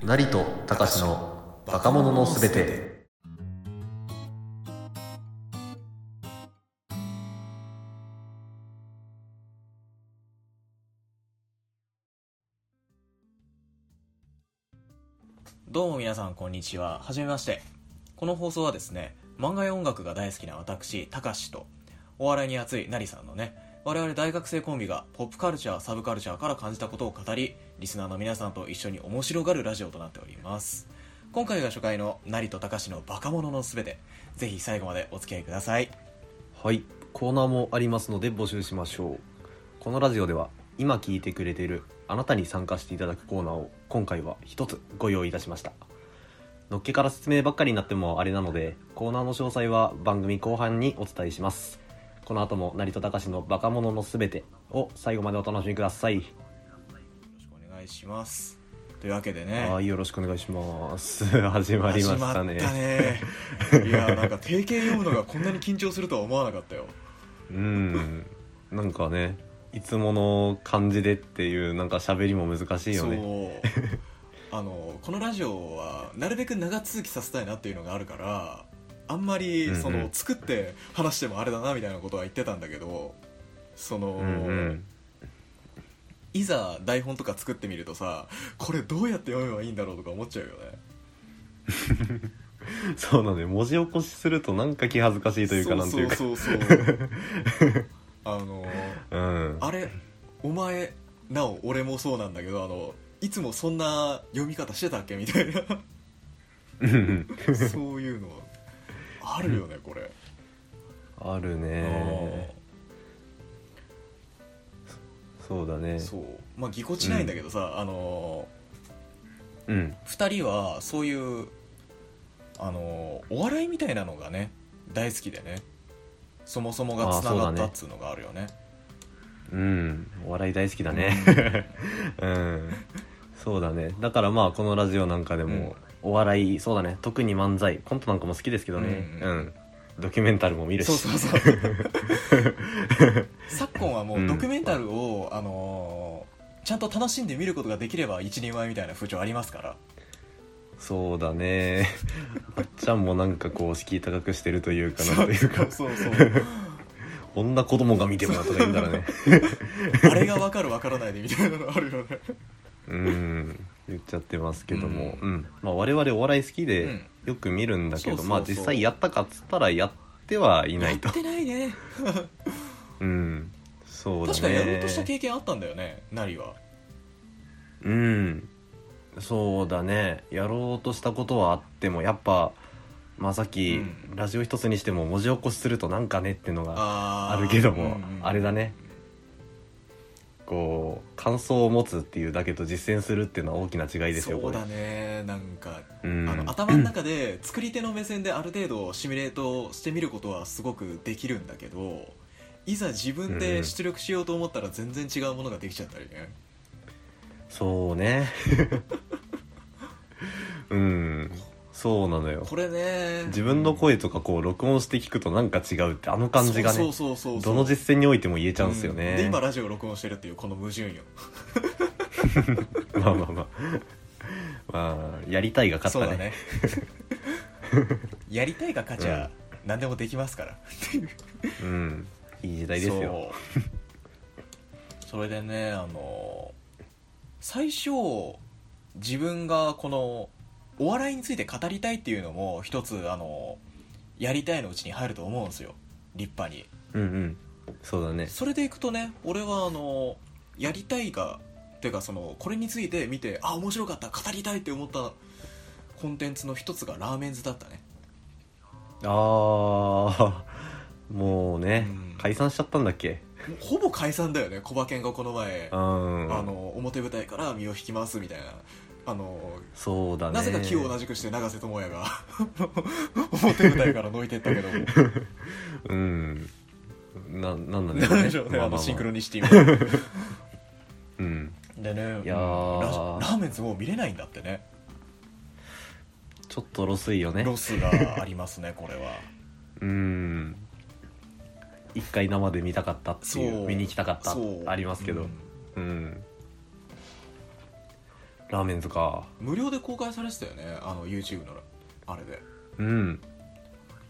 成と高しの若者のすべて。どうも皆さんこんにちは。はじめまして。この放送はですね、漫画や音楽が大好きな私、たかしと、お笑いに熱いなりさんのね、我々大学生コンビがポップカルチャー、サブカルチャーから感じたことを語り、リスナーの皆さんと一緒に面白がるラジオとなっております。今回が初回のなりとたかしのバカ者のすべて。ぜひ最後までお付き合いください。はい、コーナーもありますので募集しましょう。このラジオでは今聞いてくれているあなたに参加していただくコーナーを今回は一つご用意いたしました。のっけから説明ばっかりになってもあれなので、コーナーの詳細は番組後半にお伝えします。この後も成田隆の若者のすべてを最後までお楽しみください。よろしくお願いします。というわけでね、はい、よろしくお願いします。 始まりましたね。始まったねいや、なんか定型読むのがこんなに緊張するとは思わなかったよ。うん、なんかね、いつもの感じでっていうなんか喋りも難しいよね。そうあのこのラジオはなるべく長続きさせたいなっていうのがあるからあんうまんうりんその、作って話してもあれだなみたいなことは言ってたんだけどその、うんうん。いざ台本とか作ってみるとさこれどうやって読めばいいんだろうとか思っちゃうよねそうなんで文字起こしするとなんか気恥ずかしいというかなんていうか。そうそうそうそうあのうん。あれお前なお俺もそうなんだけどあのいつもそんな読み方してたっけみ たいなうんうんそういうのあるよねこれあ るね。そうだね。そうまあぎこちないんだけどさ、あのうん。 2人はそういうあのお笑いみたいなのがね大好きでねそもそもがつながったっつうのがあるよねうん。お笑い大好きだね。 うん。そうだね。だからまあこのラジオなんかでも、お笑いそうだね。特に漫才、コントなんかも好きですけどね。うんうんうん、ドキュメンタルも見るし。そうそうそう 昨今はもううんドキュメンタルを、あのちゃんと楽しんで見ることができれば一人前みたいな風潮ありますからそうだね あっちゃんもなんかこう敷居高くしてるというかなんというか そうそうそうこんな子供が見てもなとか言うんだらねあれが分かる分からないでみたいなのあるよねうん言っちゃってますけども、ううんまあ、我々お笑い好きうでんよく見るんだけど、そうそうそうまあ実際やったかっつったらやってはいないとやってないねうんそうだね確かにやろうとした経験あったんだよねなりはうんそうだねやろうとしたことはあってもやっぱまあさっき、うんラジオ一つにしても文字起こしするとなんかねってのがああーるけども、うんうんあれだねこう感想を持つっていうだけと実践するっていうのは大きな違いですよそうだこねなんか、れ、うん、あの頭の中で作り手の目線である程度シミュレートしてみることはすごくできるんだけどいざ自分で出力しようと思ったら全然違うものができちゃったりね、そうね うんそうなのよこれね自分の声とかこう録音して聞くとなんか違うってあの感じがねそうそうそうそうどの実践においても言えちゃうんですようねん、で今ラジオ録音してるっていうこの矛盾よ まあまあまあまあやりたいが勝そうっだた ねね やりたいが勝ちゃ、何でもできますからうんいい時代ですよそうそれでねあの最初自分がこのお笑いについて語りたいっていうのも一つあのやりたいのうちに入ると思うんですよ立派にうんうんそうだねそれでいくとね俺はあのやりたいがていうかそのこれについて見てあ面白かった語りたいって思ったコンテンツの一つがラーメンズだったねああ もうね、うん解散しちゃったんだっけもうほぼ解散だよね小馬健がこの前う、んあの表舞台から身を引きますみたいなあのそうだねなぜか気を同じくして永瀬智 也が表舞台から抜いてったけどもうんななんだね何で しょうねまああまあまのあシンクロニシティもうんでねいやうんラーラーメンズもう見れないんだってねちょっとロスいよねロスがありますねこれ はうん一回生で見たかったっていう見に行きたかったそうありますけどううんん、ラーメンズか無料で公開されてたよねあの YouTube のあれでうん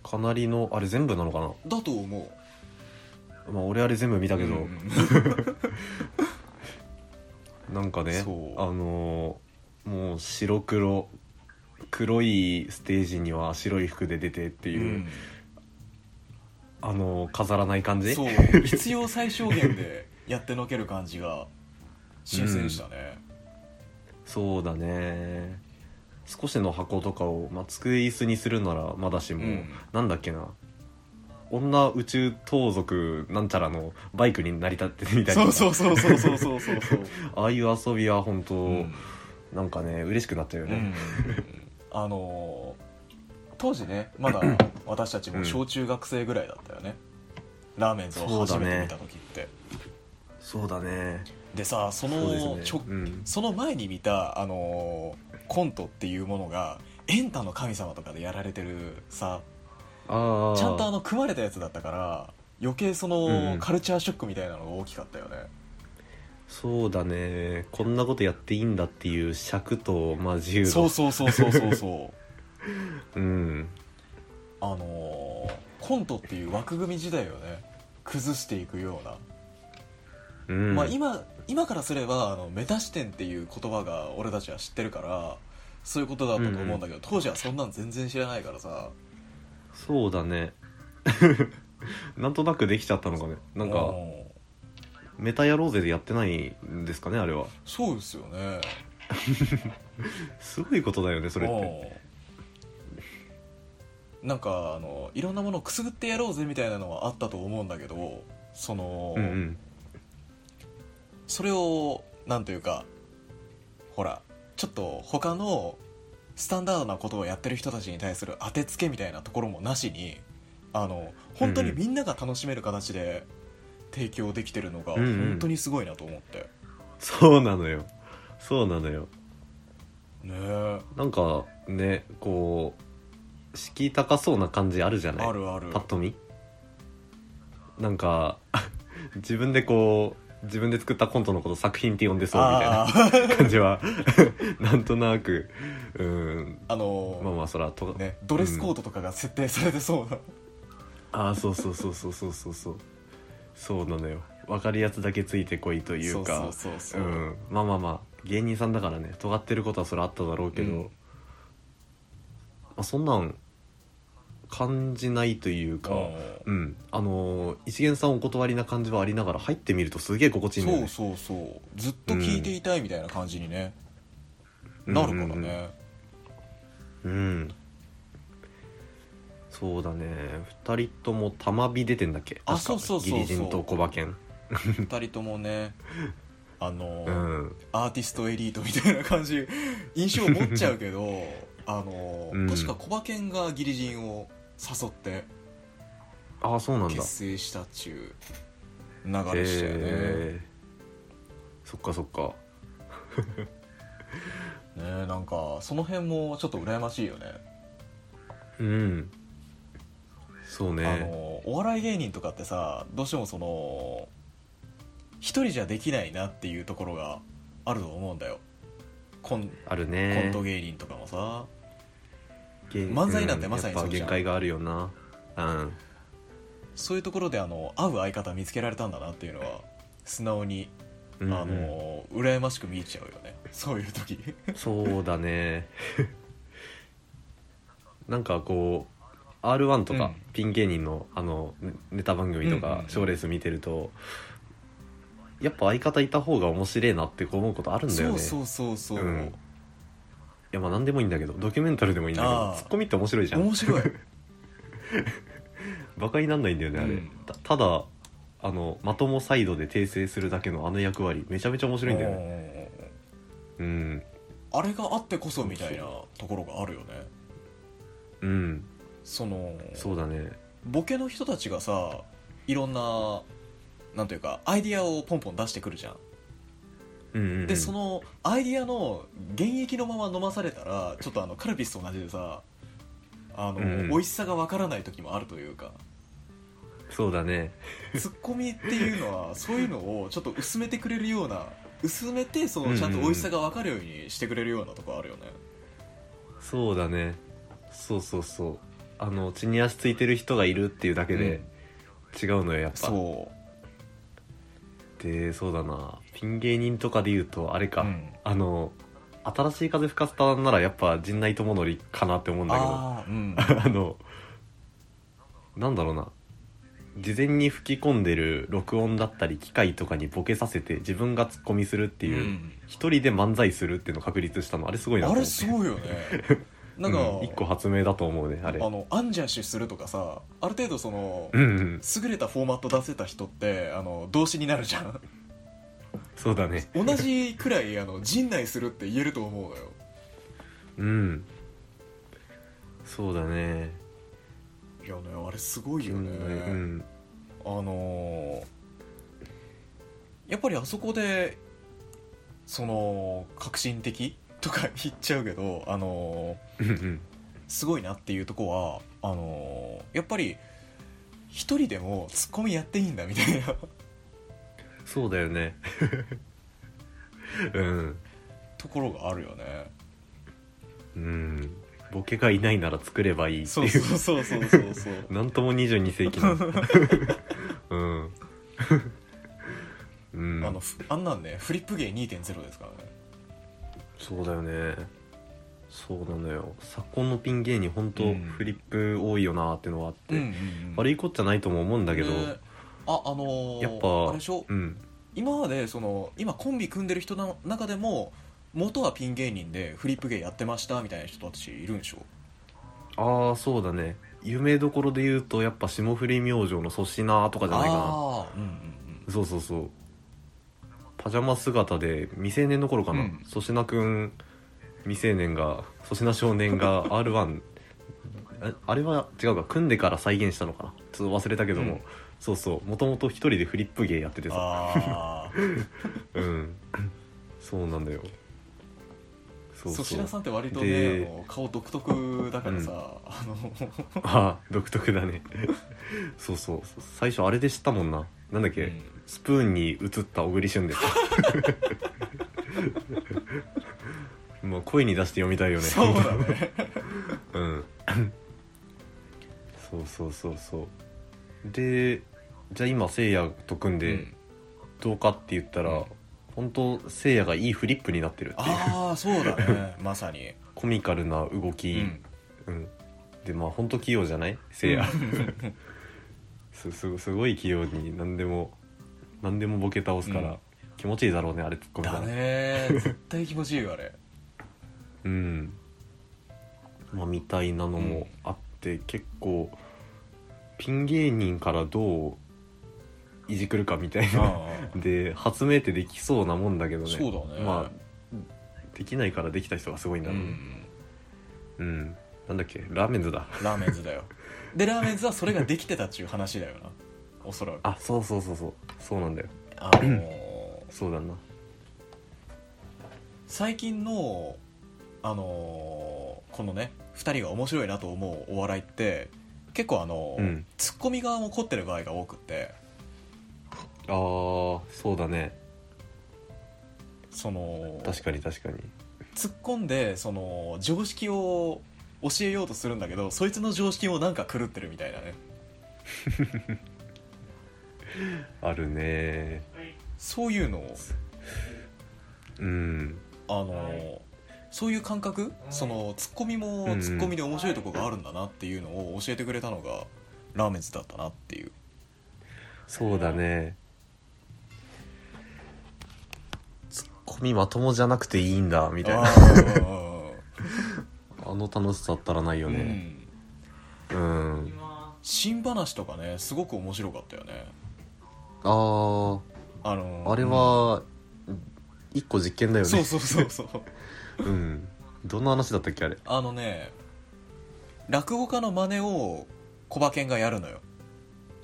かなりのあれ全部なのかだと思うなまあ俺あれ全部見ただけど、なんかねあそうのーもう白黒黒いステージには白い服で出てっていう、あのー飾らない感じそう必要最小限でやってのける感じが新鮮でしたね、そうだね少しの箱とかを、まあ、机椅子にするならまだしも、うんなんだっけな女宇宙盗賊なんちゃらのバイクになりたってみたいなそうそうそうそうそうそうそ うそう、ああいう遊びは本当、うんなんかね嬉しくなっちゃうよね、あのー当時ねまだ私たちも小中学生ぐらいだったよね、ラーメンズを初めて見た時って、そうだねでさそそうですのねちょうんその前に見た、あのーコントっていうものがエンタの神様とかでやられてるさああちゃんとあの組まれたやつだったから余計そうんうのんカルチャーショックみたいなのが大きかったよね、そうだねこんなことやっていいんだっていう尺と、まあ、自由のそうそうそうそうそうそうう んあのーコントっていう枠組み時代をね崩していくようなうんまあ、今今からすればあのメタ視点っていう言葉が俺たちは知ってるからそういうことだったと思うんだけど、当時はそんなの全然知らないからさそうだね なんとなくできちゃったのかねなんうかメタやろうぜでやってないんですかねあれはそうですよねすごいことだよねそれってうんなんかあのいろんなものをくすぐってやろうぜみたいなのはあったと思うんだけどその、うんうんそれをなんというかほらちょっと他のスタンダードなことをやってる人たちに対する当てつけみたいなところもなしにあの本当にうんうんみんなが楽しめる形で提供できてるのがうんうん本当にすごいなと思って、そうなのよそうなのよねなんかねこう敷居高そうな感じあるじゃえないあるあるパッと見なんか 自分でこう自分で作ったコントのこと作品って呼んでそうみたいなあー感じは なんとなくうんあの、まあまあそらとね、ドレスコードとかが設定されてそうな、ああそうそうそうそうそうそうそうそうなのよ分かるやつだけついてこいというかそうそうそうそう、ん、まあまあまあ芸人さんだからね尖ってることはそれあっただろうけど、うんまあ、そんなん感じないというか、ううん、あのー一元さんお断りな感じはありながら入ってみるとすげえ心地いいんんだよそうねそうそうずっと聞いていたいみたいな感じにね、なるからね、うん、うんうんそうだね2人とも玉火出てんだっけあ確かそうそうそうそうギリ人と小馬犬二人ともねあの、うんアーティストエリートみたいな感じ印象持っちゃうけ どあの、うん確かコバケンがギリジンを誘ってああそうなんだ結成したっちゅう流れでしたよね,、へーそっかそっかねなんかその辺もちょっと羨ましいよね、うんそうあねのお笑い芸人とかってさどうしてもその一人じゃできないなっていうところがあると思うんだよコンあるコねント芸人とかもさ、芸漫才なんてまさにやっそうぱじゃ限ん界があるよなうんそういうところであの合う相方見つけられたんだなっていうのは素直にうあんの、羨ましく見えちゃうよねそういう時そうだねなんかこう r 1とか、うんピン芸人のあのねネタ番組とうんうんかうん賞、ーレース見てるとやっぱ相方いた方が面白いなって思うことあるんだよそねうそうそうそう、うんいやまあ何でもいいんだけどドキュメンタルでもいいんだけあどーツッコミって面白いじゃん面白いバカになんないんだよねあれ、うんたただあのまともサイドで訂正するだけのあの役割めちゃめちゃ面白いんだよねうんうんあれがあってこそみたいなところがあるよねうんそのそうだねボケの人たちがさいろんななんというかアイディアをポンポン出してくるじゃんうんうんうんでそのアイディアの原液のまま飲まされたらちょっとあのカルピスと同じでさあの、うん美味しさがわからない時もあるというかそうだねツッコミっていうのはそういうのをちょっと薄めてくれるような薄めてそうんうのんちゃんと美味しさが分かるようにしてくれるようなとこあるよねそうだねそうそうそうあの血に足ついてる人がいるっていうだけで違うのよやっぱ、そうでそうだなピン芸人とかで言うとあれか、うんあの新しい風吹かせたならやっぱ陣内智則かなって思うんだけど あああうんのなんだろうな事前に吹き込んでる録音だったり機械とかにボケさせて自分がツッコミするっていう、うん一人で漫才するっていうのを確立したのあれすごいなとあ思ってれすごいよねなんか、うん一個発明だと思うねあれあのアンジャッシュするとかさある程度その、うんうん優れたフォーマット出せた人ってあの動詞になるじゃんそうだね同じくらいあの陣内するって言えると思うのようんそうだねいやねあれすごいようね、んあのーやっぱりあそこでその革新的とか 言っちゃうけどあのうんうんーすごいなっていうとこはあのーやっぱり一人でもツッコミやっていいんだみたいな そうだよね うんところがあるよねうんボケがいないなら作ればいいってそういうそうそうそうそうそうなんとも22世紀 のうん うんあのふあんなんねフリップ芸2.0ですからねそうだよねそうなのよ昨今のピン芸人本当うんフリップ多いよなっていうのはあって、ん悪いこっちゃないとも思うんだけど、ねああのーやっぱあれでしょうん今までその今コンビ組んでる人の中でも元はピン芸人でフリップ芸やってましたみたいな人たちいるんでしょああそうだね有名どころで言うとやっぱ霜降り明星の粗品とかじゃないかなああうんうんうんそうそうそうパジャマ姿で未成年の頃かなうん粗品くん未成年が粗品少年が r 1ああれは違うか組んでから再現したのかなちょっと忘れたけども、うんそうそうもともと一人でフリップ芸やっててさああうんそうなんだよそうそ粗う品さんって割とでねあの顔独特だからさ、うあのああ独特だねそうそう最初あれで知ったもんななんだっけ、うんスプーンに映った小栗旬ですもう声に出して読みたいよねそうだねうんそうそうそうそうでじゃあ今せいやと組んうでんどうかって言ったら、うん本当せいやがいいフリップになってるっていうああそう だねまさに、コミカルな動き、うんうん、でまあ本当器用じゃないせいやすすすごい器用に何でも何でもボケ倒すから、うん気持ちいいだろうねあれ突っ込みただらね絶対気持ちいいよあれうんまあみたいなのもあって、結構ピン芸人からどういじくるかみたいなああで発明ってできそうなもんだけどねそうだねまあできないからできた人がすごいんだうろうねんうん、なんだっけラーメンズだラーメンズだよでラーメンズはそれができてたっていう話だよなおそらくあそうそうそうそうそうなんだよあのーそうだな最近のあのーこのね2人が面白いなと思うお笑いって結構あのーうんツッコミ側も凝ってる場合が多くってあーそうだねその確かに確かに突っ込んでその常識を教えようとするんだけどそいつの常識もなんか狂ってるみたいなねあるねそういうのをうんあのーそういう感覚そのツッコミもうんうんツッコミで面白いとこがあるんだなっていうのを教えてくれたのがラーメンズだったなっていうそうだねツッコミまともじゃなくていいんだみたいあな ーあの楽しさったらないようねんうん、新話とかねすごく面白かったよねあーあのーあれは一個実験だよねそうそうそうそううんどんな話だったっけあれあのね落語家の真似を小馬犬がやるのよ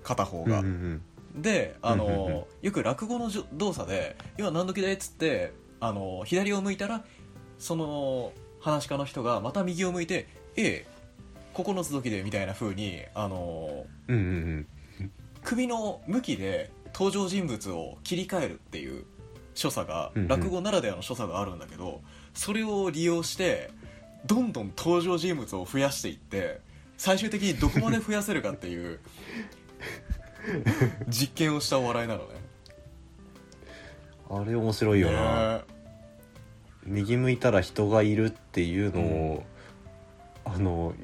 片方うんうが、んであのうんうんうんよく落語のじょ動作で「今何時だい?」っつってあの左を向いたらその話し家の人がまた右を向いて「ええ9つ時で」みたいな風にあのうんうんうん首の向きで登場人物を切り替えるっていう所作が、うんうん落語ならではの所作があるんだけどそれを利用してどんどん登場人物を増やしていって最終的にどこまで増やせるかっ ていう実験をしたお笑いなのね。あれ面白いよな、ね右向いたら人がいるっていうのを、あの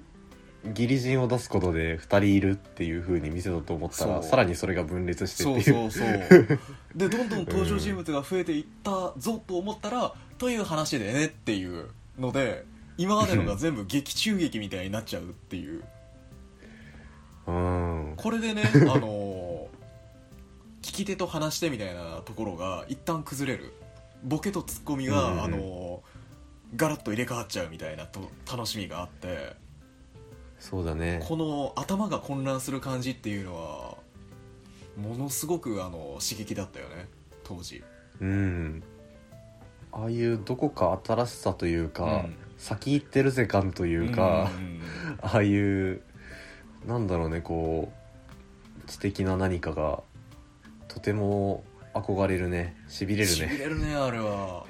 ギリ人を出すことで2人いるっていう風に見せたと思ったらそうさらにそれが分裂してっていそううそうそうでどんどん登場人物が増えていったぞと思ったら、という話でねっていうので今までのが全部劇中劇みたいになっちゃうっていううんこれ でねあのー聞き手と話してみたいなところが一旦崩れるボケとツッコミうが、んうんうんあのーガラッと入れ替わっちゃうみたいなと楽しみがあってそうだねこの頭が混乱する感じっていうのはものすごくあの刺激だったよね当時。うんああいうどこか新しさというか、うん先行ってるぜ感というか、うんうんうんああいうなんだろうねこう知的な何かがとても憧れるねしびれるしびねれるねあ れは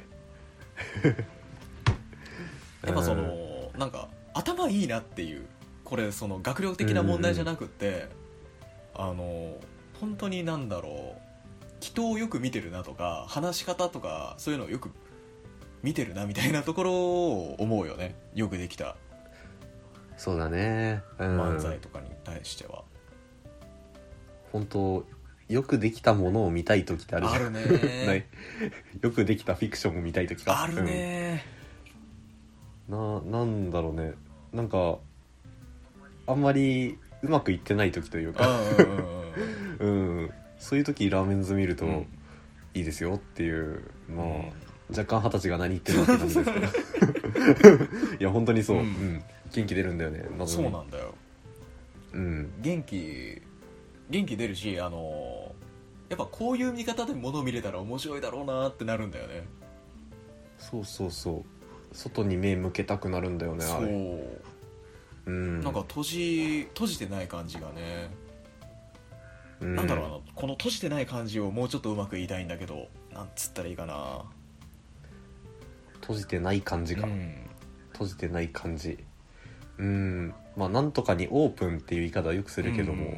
やっぱそのなんか頭いいなっていうこれその学力的な問題じゃなくって、あの本当になんだろう人をよく見てるなとか話し方とかそういうのをよく見てるなみたいなところを思うよねよくできたそうだね、うん、漫才とかに対しては、本当よくできたものを見たい時ってあるじゃんあるね ないよくできたフィクションを見たい時かあるねうんななんだろうねなんかあんまりうまくいってない時といううかんうん うんうんうん、そういう時ラーメンズ見るとうんいいですよっていう、まあうん若干二十歳が何言ってるのって感じですけど いや本当にそう、ううんん元気出るんだよね謎そにうなんだようん元気元気出るしあのやっぱこういう見方で物を見れたら面白いだろうなってなるんだよねそうそうそう外に目向けたくなるんだよねそあれ、う、うん、なんか閉じ閉じてない感じがね、うんなんだろうあのこの閉じてない感じをもうちょっとうまく言いたいんだけどなんつったらいいかな閉じてない感じが、うん閉じてない感じうんまあなんとかにオープンっていう言い方はよくするけども、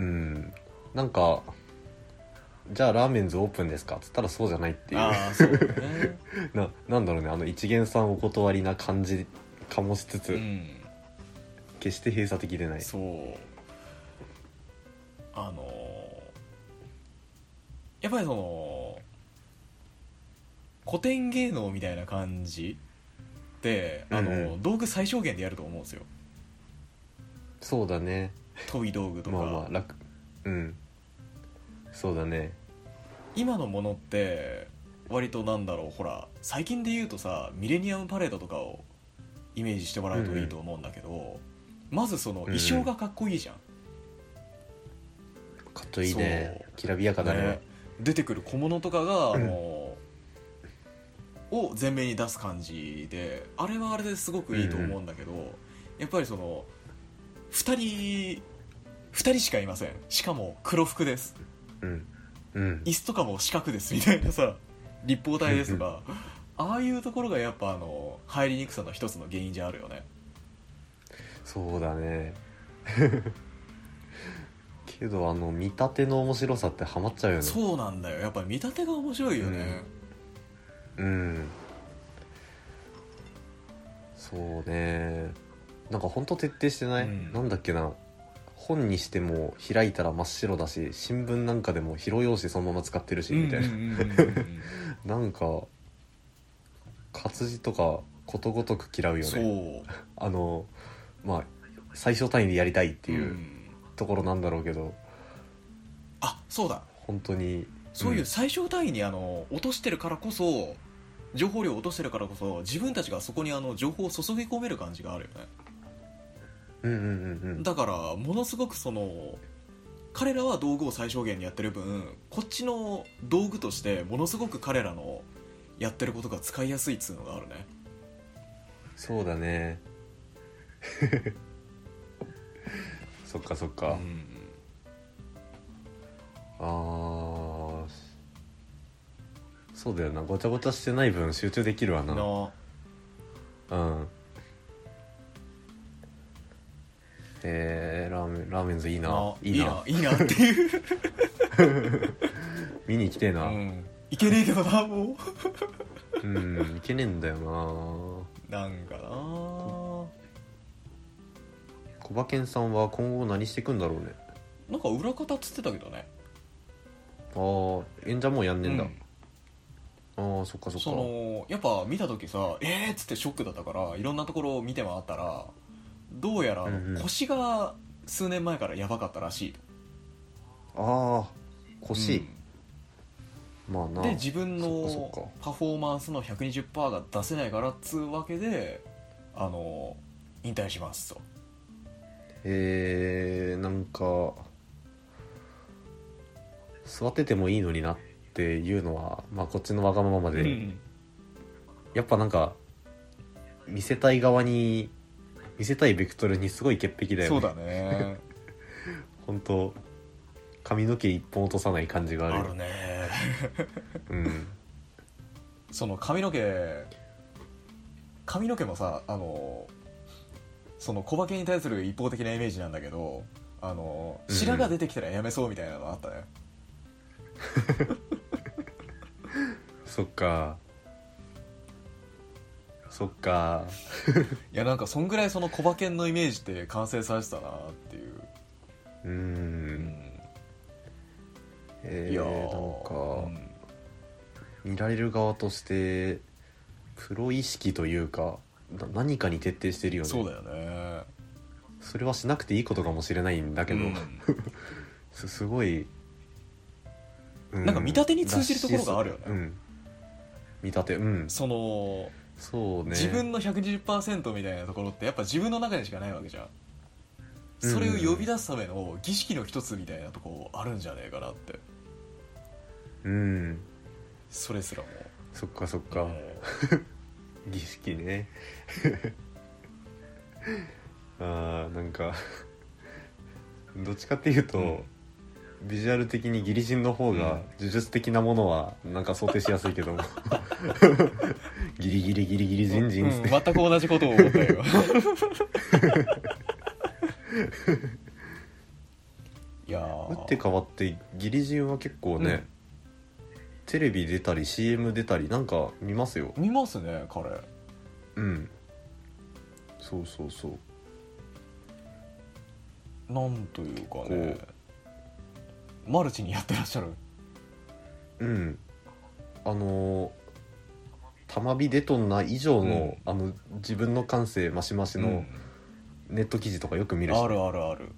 うんんなんかじゃあラーメンズオープンですかっつったらそうじゃないっていうああそう だね、ななんだろうねあの一元さんお断りな感じかもしつつ、うん、決して閉鎖的でないそうあのやっぱりその古典芸能みたいな感じってあの、うんう道具最小限でやると思うんですよそうだね研ぎ道具とか、まあまあ楽うんそうだね今のものって割となんだろうほら最近で言うとさミレニアムパレードとかをイメージしてもらうといいと思うんだけど、まずその衣装がかっこいいじゃん、かっこいいねきらびやかだねね出てくる小物とかが、あのを前面に出す感じであれはあれですごくいいと思うんだけど、やっぱりその2人2人しかいませんしかも黒服ですうんうん椅子とかも四角ですみたいなさ立方体ですとかああいうところがやっぱあの入りにくさの一つの原因じゃあるよねそうだね けどあの見立ての面白さってハマっちゃうよねそうなんだよやっぱ見立てが面白いよね、うんそうねなんかほんと徹底してない、うんなんだっけな本にしても開いたら真っ白だし新聞なんかでも広用紙そのまま使ってるしみたいな、うんうんうんうんうんなんか活字とかことごとく嫌うよそねうあのまあ最小単位でやりたいっていううんところなんだろうけど、あそうだ本当にそういう最小単位にあの落としてるからこそ情報量を落としてるからこそ自分たちがそこにあの情報を注ぎ込める感じがあるよねうんうんうんうんだからものすごくその彼らは道具を最小限にやってる分こっちの道具としてものすごく彼らのやってることが使いやすいっつうのがあるねそうだね そっかそっか、うんあーそうだよなごちゃごちゃしてない分集中できるわなのうんえー、ラーメンラーメンズいいなのいいないいないいなっていう、見に来てえう なうん、ん、いけねえけどなもいけねえんだよなうなんかな小馬健さんは今後何していくんだろうねなんか裏方っつってたけどねああ演者もうやんねえんだ、うんああそっかそっそかのやっぱ見た時さえーっつってショックだったからいろんなところを見て回ったらどうやらあのうんうん腰が数年前からやばかったらしいとああ腰、まあうんなで自分そっかそっのかパフォーマンスの120%が出せないからっつうわけであの引退しますとえー、なんか座っててもいいのになっていうのは、まあ、こっちのわがままで、うんやっぱなんか見せたい側に見せたいベクトルにすごい潔癖だよねそうだね本当髪の毛一本落とさない感じが あるあるねうんその髪の毛髪の毛もさあのその小化けに対する一方的なイメージなんだけどあのうんうん白が出てきたらやめそうみたいなのあったね、そっかそっかいやなんかそんぐらいその小化けのイメージって完成させてたなっていう、ううんえー、いやなんか、うん見られる側としてプロ意識というかな何かに徹底してるよねそうだよねそれはしなくていいことかもしれないんだけど、うんすすごい、うなんか見立てに通じるところがあるよねらしいっすうん、見立てうんそのそう ね自分の120%みたいなところってやっぱ自分の中にしかないわけじゃんうんそれを呼び出すための儀式の一つみたいなとこあるんじゃねえかなってうんそれすらもそっかそっか、え儀式ね あーなんかどっちかっていうと、うんビジュアル的にギリシンの方うがん呪術的なものはなんか想定しやすいけ どギリギリギリギリー人人っつうっんて、全く同じことを思ったよ いや打ってー変わってギリ人は結構ね、うんテレビ出たり CM 出たりなんか見ますよ見ますね彼うんそうそうそうなんというかねマルチにやってらっしゃるうんあのー玉火デトンナ以上の,、あの自分の感性マシマシうのんネット記事とかよく見るし、あるあるある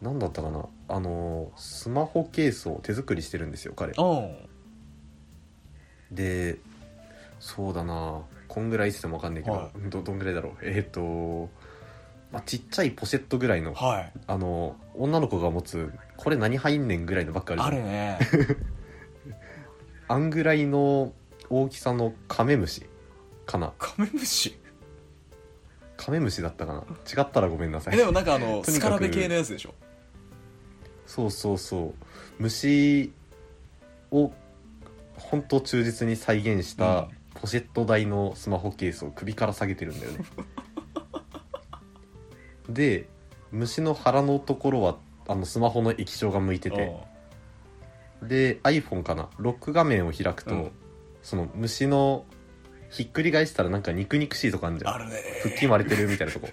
なんだったかなあのースマホケースを手作りしてるんですよ彼うんでそうだなこんぐらいって言っても分かんないけど、はどどんぐらいだろうえっ、と、まあ、ちっちゃいポシェットぐらいのはいあの女の子が持つこれ何入んねんぐらいのばっかりあるねあんぐらいの大きさのカメムシかなカメムシカメムシだったかな違ったらごめんなさえいでもなんかあのとにスかカくラベ系のやつでしょそうそうそう虫を本当忠実に再現したポシェット台のスマホケースを首から下げてるんだよね で虫の腹のところはあのスマホの液晶が向いててで iPhone かなロック画面を開くと、うんその虫のひっくり返したらなんか肉肉しいとこあるじうんゃんあるね腹筋割れてるみたいなとこ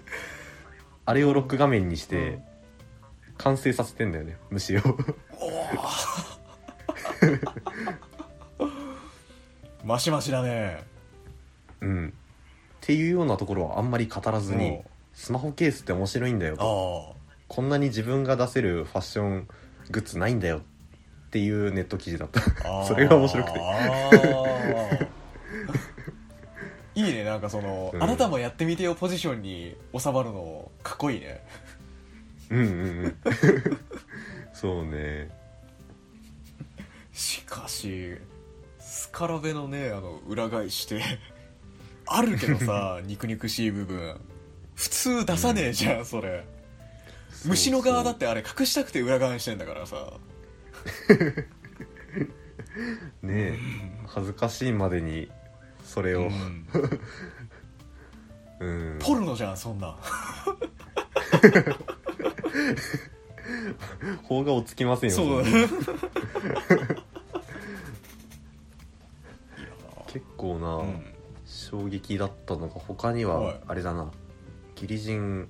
あれをロック画面にしうてん完成させてんだよね虫を おーマシマシだねうんっていうようなところはあんまり語らずにスマホケースって面白いんだよあとあこんなに自分が出せるファッショングッズないんだよっていうネット記事だったあーそれが面白くてあーいいねなんかその、うんあなたもやってみてよポジションに収まるのかっこいいねうんうんうん そうねしかしスカラベのねあの裏返してあるけど さ肉々しい部分普通出さねえじゃん、それ虫の側だってあれ隠したくて裏側にしてんだからさねえ恥ずかしいまでにそれをうんうんポルノじゃんそんなん法が落ち着きませんよそうそだんなね結構な、うん衝撃だったのが他にはいはあれだな義理人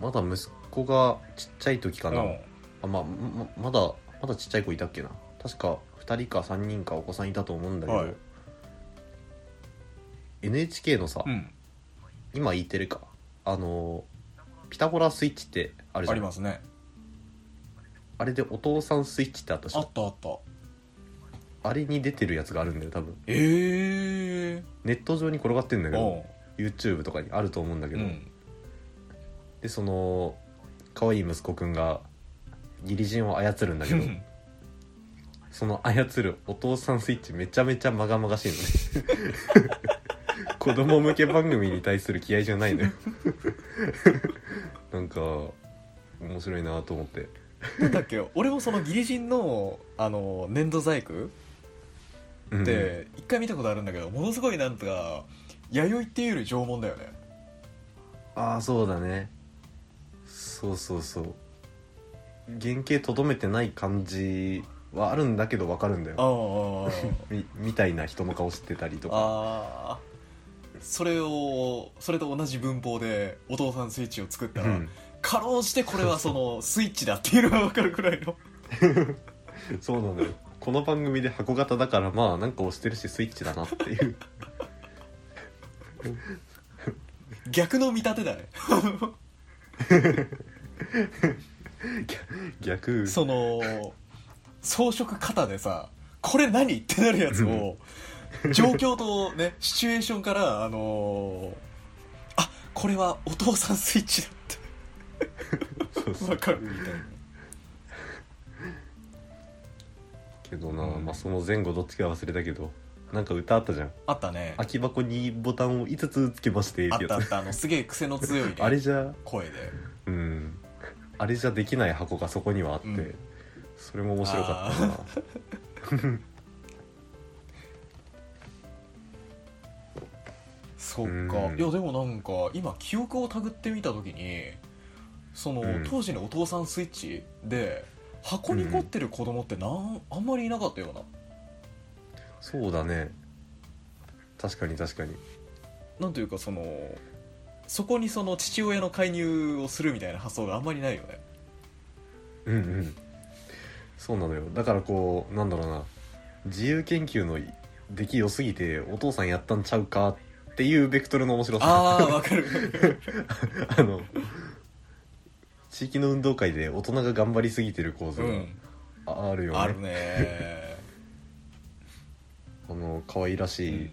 まだ息子がちっちゃい時かな、うんあまあままだまだちっちゃい子いたっけな確か2人か3人かお子さんいたと思うんだけど、はい NHK のさ、うん今 E テレかあのピタゴラスイッチってあるじあゃりんますねあれでお父さんスイッチってあったでしあょったあったあれに出てるやつがあるんだよ多分ええネット上に転がってんだけどお YouTube とかにあると思うんだけうど、んでその可愛い息子くんが義理人を操るんだけどその操るお父さんスイッチめちゃめちゃまがまがしいのね子供向け番組に対する気合じゃないのよなんか面白いなと思ってなんだっけ俺もそのギリ人のあの粘土細工うんって一回見たことあるんだけどものすごいなんとか弥生っていうより縄文だよねああそうだねそうそうそう原型とどめてない感じはあるんだけどわかるんだあよあみみたいな人の顔してたりとかああそれをそれと同じ文法でお父さんスイッチを作ったうら、んかろうじてこれはそのスイッチだっていうのが分かるくらいのそうなのよこの番組で箱型だからまあなんか押してるしスイッチだなっていう 逆の見立てだね逆その装飾型でさこれ何ってなるやつを状況とねシチュエーションからあのーあこれはお父さんスイッチだっそうてそ分うかるみたいなけどな、うんまあ、その前後どっちか忘れたけどなんか歌あったじゃんあったね空き箱にボタンを5つつけましてあってやったあっつたあのすげえ癖の強い、ね、あれじゃ声で うんあれじゃできない箱がそこにはあって、うんそれも面白かったなそっかうんいやでもなんか今記憶をたぐってみた時にその、うん当時のお父さんスイッチで箱に凝ってる子供ってなんあんまりいなかったようなそうだね確かに確かになんというかそのそこにその父親の介入をするみたいな発想があんまりないよねうんうんそうなのよだからこうなんだろうな自由研究の出来良すぎてお父さんやったんちゃうかっていうベクトルの面白さああわかるあの地域の運動会で大人が頑張りすぎてる構図うがんああるよね,、あるねあの可愛らしいうん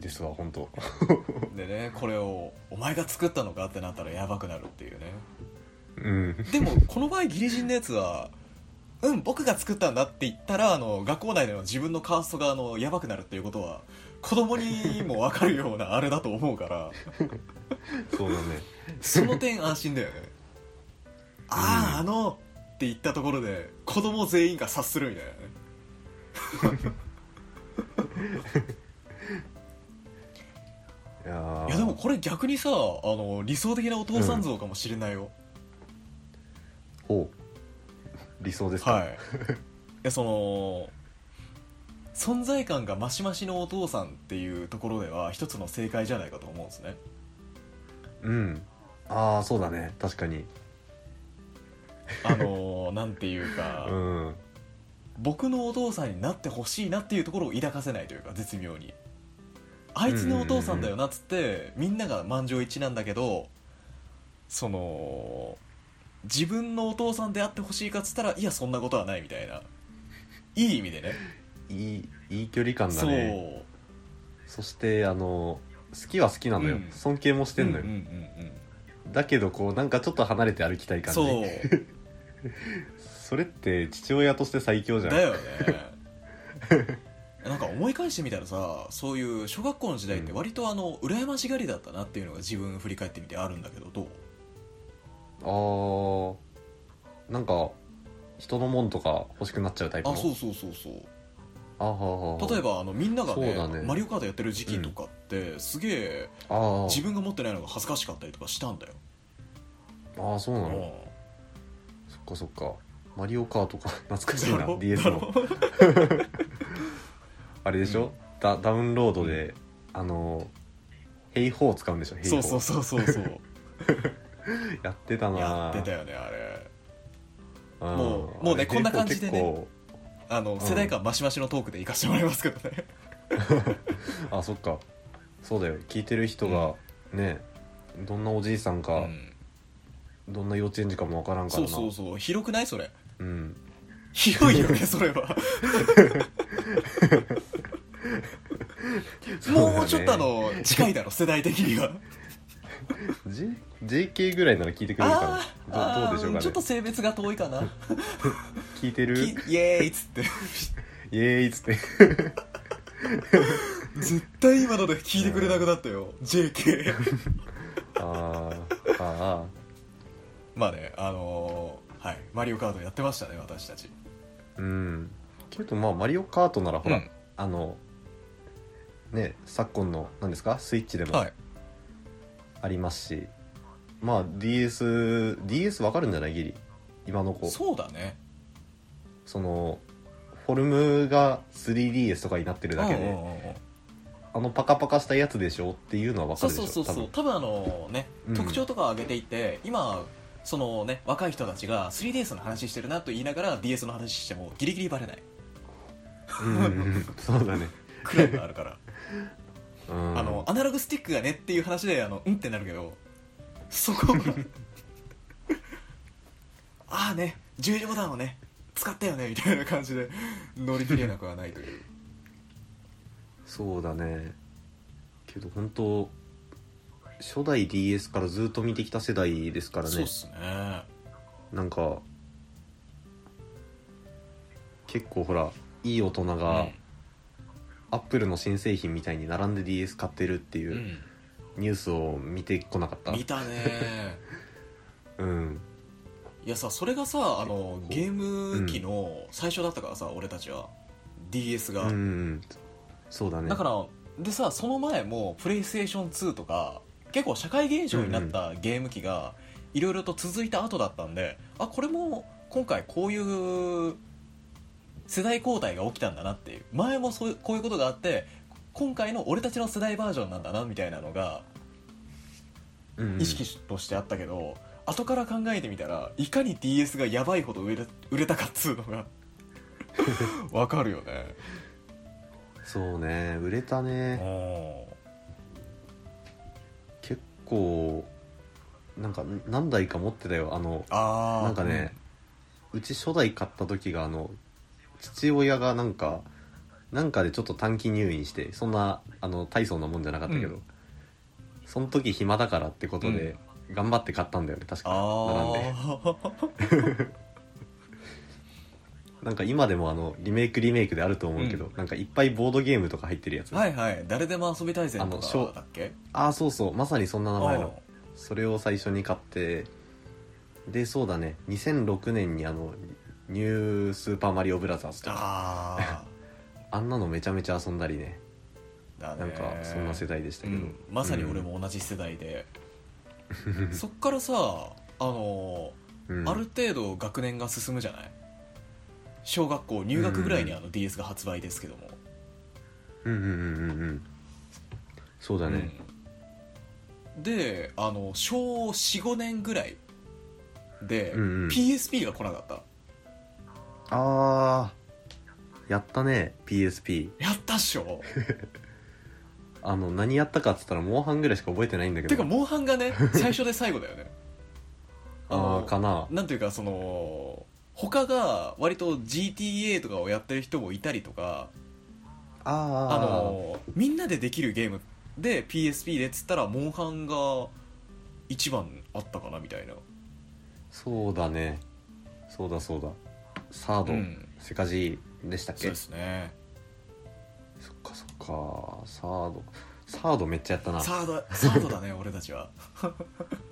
ですわ、本 当でねこれをお前が作ったのかってなったらやばくなるっていうねうんでもこの場合ギリ人のやつは「うん僕が作ったんだ」って言ったらあの学校内での自分のカーストがあのやばくなるっていうことは子供にも分かるようなあれだと思うからそうだねその点安心だよねあああのって言ったところで子供全員が察するみたいなねいやーいやでもこれ逆にさあの理想的なお父さん像かもしれないよ、ほう理想ですか、はいいやその存在感がマシマシのお父さんっていうところでは一つの正解じゃないかと思うんですねうんああそうだね確かにあのーなんていうか、 うん僕のお父さんになってほしいなっていうところを抱かせないというか絶妙にあいつのお父さんだよなっつってみんなが満場一致なんだけどその自分のお父さんであってほしいかっつったらいやそんなことはないみたいないい意味でねいいいい距離感だそうねそしてあの好きは好きなのよ、うん尊敬もしてんのよ、うんうんうんうんだけどこうなんかちょっと離れて歩きたい感じそうそれって父親として最強じゃんだよねなんか思い返してみたらさそういう小学校の時代って割とあの羨ましがりだったなっていうのが自分振り返ってみてあるんだけどどうあーなんか人のもんとか欲しくなっちゃうタイプのあそうそうそうそうあははは例えばあのみんながねそうだねマリオカートやってる時期とかって、すげえああ自分が持ってないのが恥ずかしかったりとかしたんだよ、ああそうなうのんそっかそっかマリオカートか懐かしいだなろ DS だのろあれでしょ、ダダウンロードで、あのヘイホー使うんでしょヘイホそーうそうそうそ うそうやってたなやってたよねあれうんもうもうねあれこんな感じでね結構あのん世代間マシマシのトークで行かせてもらいますけどね結構あそっかそうだよ聞いてる人がね、どんなおじいさんか、うんどんな幼稚園児かもわからんからそなうそうそう広くないそれうん広いよねそ れはもうちょっとあの近いだろ世代的に は J JK ぐらいなら聞いてくれるかなどどうでしょうかちょっねと性別が遠いか な聞いてるきイエーイっつってイエーイっつって 絶対今ので聞いてくれなくなったよ JK あーあまあねあのーはいマリオカードやってましたね私たちーうんけどまあマリオカートならほら、うんあのね昨今の何ですかスイッチでもはいありますし、まあ DSDS わかるんじゃないギリ今の子そそうだねのフォルムが 3DS とかになってるだけで、うんうんうんうんあのパカパカしたやつでしょっていうのはわかそうるでしそょうそうそう多分多分あのねうん特徴とかを挙げていて、今そのね若い人たちが 3DS の話してるなと言いながら DS の話してもギリギリバレない うんうんうんそうだね、くらいがあるからうん、あのアナログスティックがねっていう話であのうんってなるけどそこが ああね十字ボタンをね使ったよねみたいな感じで乗り切れなくはないというそうだねけど本当初代 DS からずっと見てきた世代ですからそうねっすねなんか結構ほらいい大人が、アップルの新製品みたいに並んで DS 買ってるってう、いうんニュースを見てこなかった見たね うんいやさそれがさあのゲーム機の最初だったからさ、俺たちは DS うが、んうんそうだねだからでさその前もプレイステーション2とか結構社会現象になったゲーム機がいろいろと続いた後だったんであこれも今回こういう世代交代が起きたんだなっていう前もそういうこういうことがあって今回の俺たちの世代バージョンなんだなみたいなのがうんうん意識としてあったけど、後から考えてみたらいかに DS がやばいほど売れ売れたかっつうの がわかるよねそうね売れたね結構なんか何台か持ってたよあのあーなんかね、うち初代買った時があの父親がなんかなんかでちょっと短期入院してそんなあの大層なもんじゃなかったけど、うその時暇だからってことで、頑張って買ったんだよね確か並んでああなんか今でもあのリメイクリメイクであると思うけど、なんかいっぱいボードゲームとか入ってるやつ、はいはい誰でも遊び大全とあのショかーだっけああそうそうまさにそんな名前あのそれを最初に買ってでそうだね2006年にあのニュースーパーマリオブラザーズとかああんなのめちゃめちゃ遊んだりねーだねなんかそんな世代でしたけど、うんまさに俺も同じ世 代で、そっからさあのうん、ーある程度学年が進むじゃない小学校入学ぐらいにあの DS が発売ですけども、うんうんうんうんうんそうだねうんであの小45年ぐらいで、うんうん PSP が来なかったあーやったね PSP やったっしょあの何やったかっつったらモンハンぐらいしか覚えてないんだけどてかモンハンがね最初で最後だよね ああかななんていうかその他が割と GTA とかをやってる人もいたりとかあああのみんなでできるゲームで PSP でっつったらモンハンが一番あったかなみたいなそうだねそうだそうだサード、うんセカジーでしたっそうけですねそっかそっかサードサードめっちゃやったなサードサードだね俺た ちは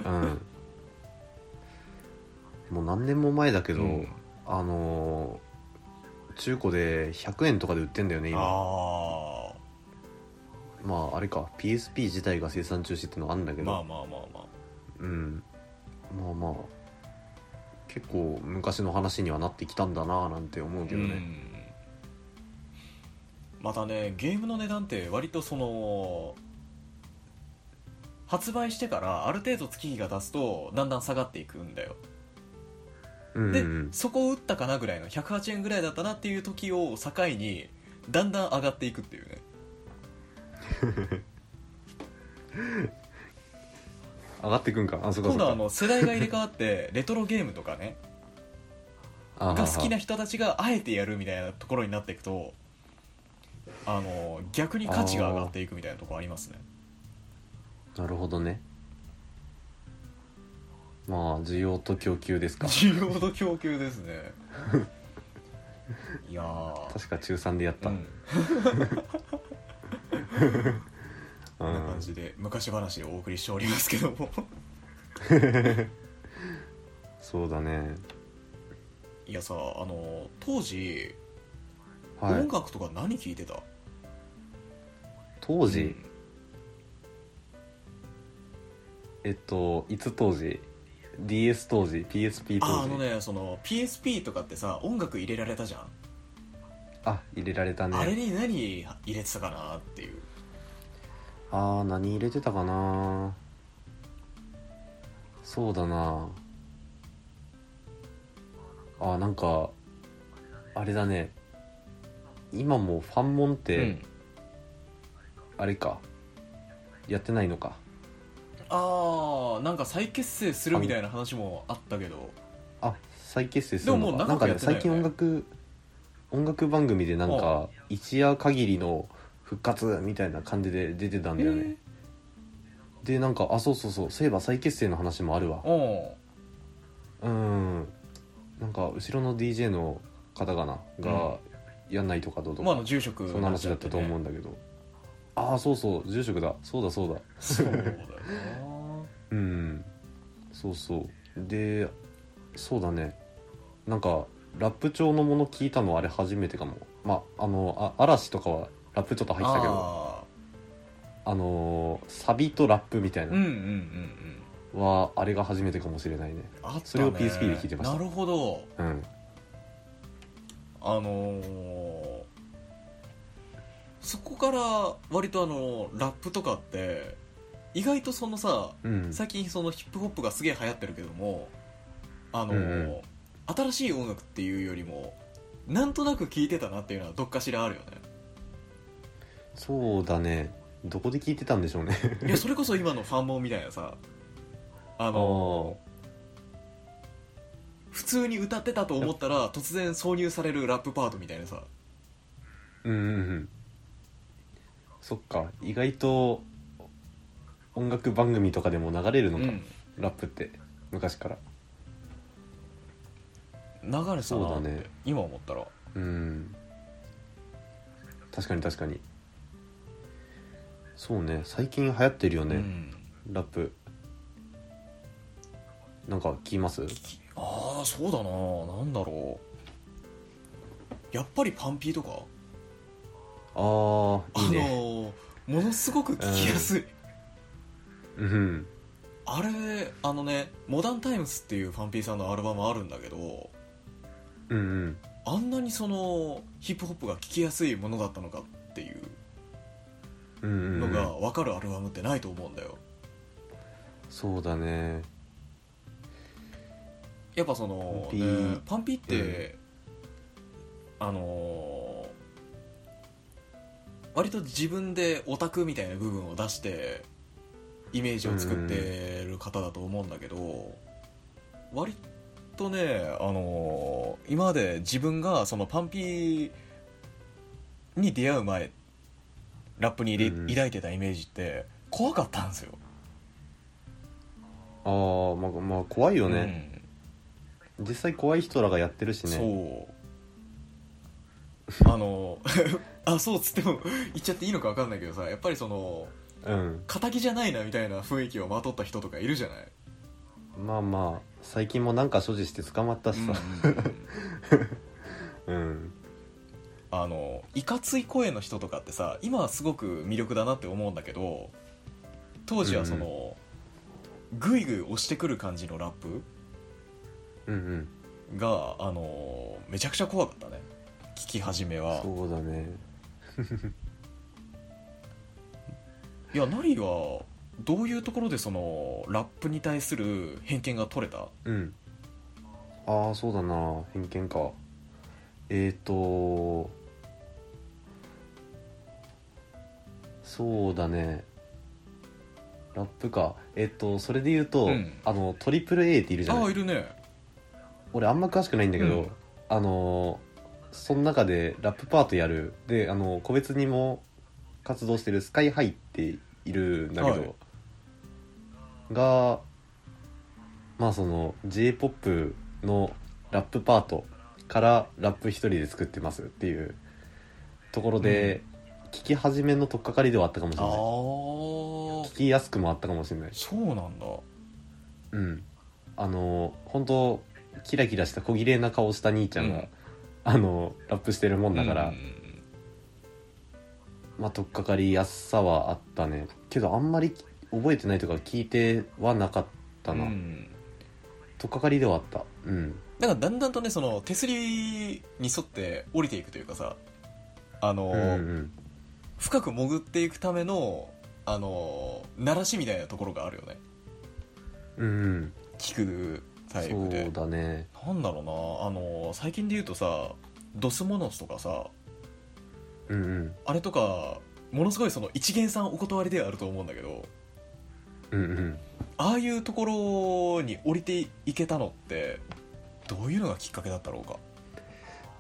うんもう何年も前だけど、うんあのー中古で100円とかで売ってんだよね今あまああれか PSP 自体が生産中止ってのあるんだあけど、まあまあまあまあうんまあまあ結構昔の話にはなってきたんだなぁなんて思うけどね、うんまたねゲームの値段って割とその発売してからある程度月日が経つとだんだん下がっていくんだようんで、うんそこを打ったかなぐらいの108円ぐらいだったなっていう時を境にだんだん上がっていくっていうね上がってくんかあそこ今そ度はあこの世代が入れ替わって レトロゲームとかねあが好きな人たちがあえてやるみたいなところになっていくとあの逆に価値が上がっていくみたいなところありますねなるほどねまあ需要と供給ですか需要と供給です ねいやー確か中3でやっうた、うんん、こんな感じで昔話でお送りしておりますけども そうだねいやさあの当時、は音い楽とか何聴いてた当時、えっといつ当時 DS 当時 PSP 当時ああのねその PSP とかってさ音楽入れられたじゃん、あ入れられたねあれに何入れてたかなっていうあー何入れてたかなそうだなあーなんかあれだね今もファンモンってあれか、やってないのかああなんか再結成するみたいな話もあったけどあ再結成するのかでももなうん長かくやねってないよ最近ね音楽音楽番組でなんか一夜限りの復活みたいな感じで出てたんだよね、でなんかあそうそうそうそういえば再結成の話もあるわえーうんうんなんか後ろの DJ の方かながやんないとかどうとか、まああの住職そんな話だったと思うんだけど、ああそうそう住職だそうだそうだそう だよなうんそうそうでそうだねなんかラップ調のもの聞いたのあれ初めてかもまああのあ嵐とかはラップちょっと入ってたけどああのーサビとラップみたいーうんなうんうんうんは、あれが初めてかもしれないねあったねそれを PSP で聞いてましたなるほどうんあのーそこから割とあのラップとかって意外とそのさうん最近そのヒップホップがすげえ流行ってるけどもあのーうんうん新しい音楽っていうよりもなんとなく聴いてたなっていうのはどっかしらあるよねそうだねどこで聞いてたんでしょうねいやそれこそ今のファンモンみたいなさああのー普通に歌ってたと思ったら突然挿入されるラップパートみたいなさうんうんうんそっか意外と音楽番組とかでも流れるのか、うんラップって昔から流れたなそうっだて、ね今思ったらうん確かに確かにそうね最近流行ってるようね、んラップなんか聞きますああそうだななんだろうやっぱりパンピーとかあーいいねあのーものすごく聞きやすい、うんあれあのね「モダンタイムス」っていうパンピーさんのアルバムあるんだけどうんうんあんなにそのヒップホップが聞きやすいものだったのかっていううんうんうのんが分かるアルバムってないと思うんだよ、そうだねやっぱそパのンピーねパンピーって、あのー割と自分でオタクみたいな部分を出してイメージを作ってる方だと思うんだけど、割とね、あのー今まで自分がそのパンピーに出会う前ラップに入れうんうん抱いてたイメージって怖かったんですよ。ああまあまあ怖いよね、うん実際怖い人らがやってるしねそうあの あそうっつっても言っちゃっていいのか分かんないけどさやっぱりそのうん敵じゃないなみたいな雰囲気をまとった人とかいるじゃないまあまあ最近もなんか所持して捕まったしさうんうんうんうんあのいかつい声の人とかってさ今はすごく魅力だなって思うんだけど当時はその、グイグイ押してくる感じのラップうんうんがあのめちゃくちゃ怖かったね聞き始めはそうだねいやナリはどういうところでそのラップに対する偏見が取れたうんああそうだな偏見かえっ、ー、とそうだねラップかえっ、とそれで言うと、うんあのトリプル A っているじゃあなあいいるね俺あんま詳しくないんだけど、うんあのその中でラップパートやるであの個別にも活動してるスカイハイっているんだけど、はいがまあその j p o p のラップパートからラップ一人で作ってますっていうところで、聞き始めの取っかかりではあったかもしあれあないー聞きやすくもあったかもしれないそうなんだうん、あの本当キラキラした小綺麗な顔した兄ちゃんが、うんあのラップしてるもんだから、うんまあ取っかかりやすさはあったねけどあんまり覚えてないとか聞いてはなかったな、うん取っかかりではあったうんだからだんだんとねその手すりに沿って降りていくというかさあの、うんうん深く潜っていくためのあの慣らしみたいなところがあるよねうんうん聞くタイプそでうだねなんだろうなあの最近で言うとさドスモノスとかさうんうんあれとかものすごいその一元さんお断りではあると思うんだけどうんうんああいうところに降りていけたのってどういうのがきっかけだったろうか、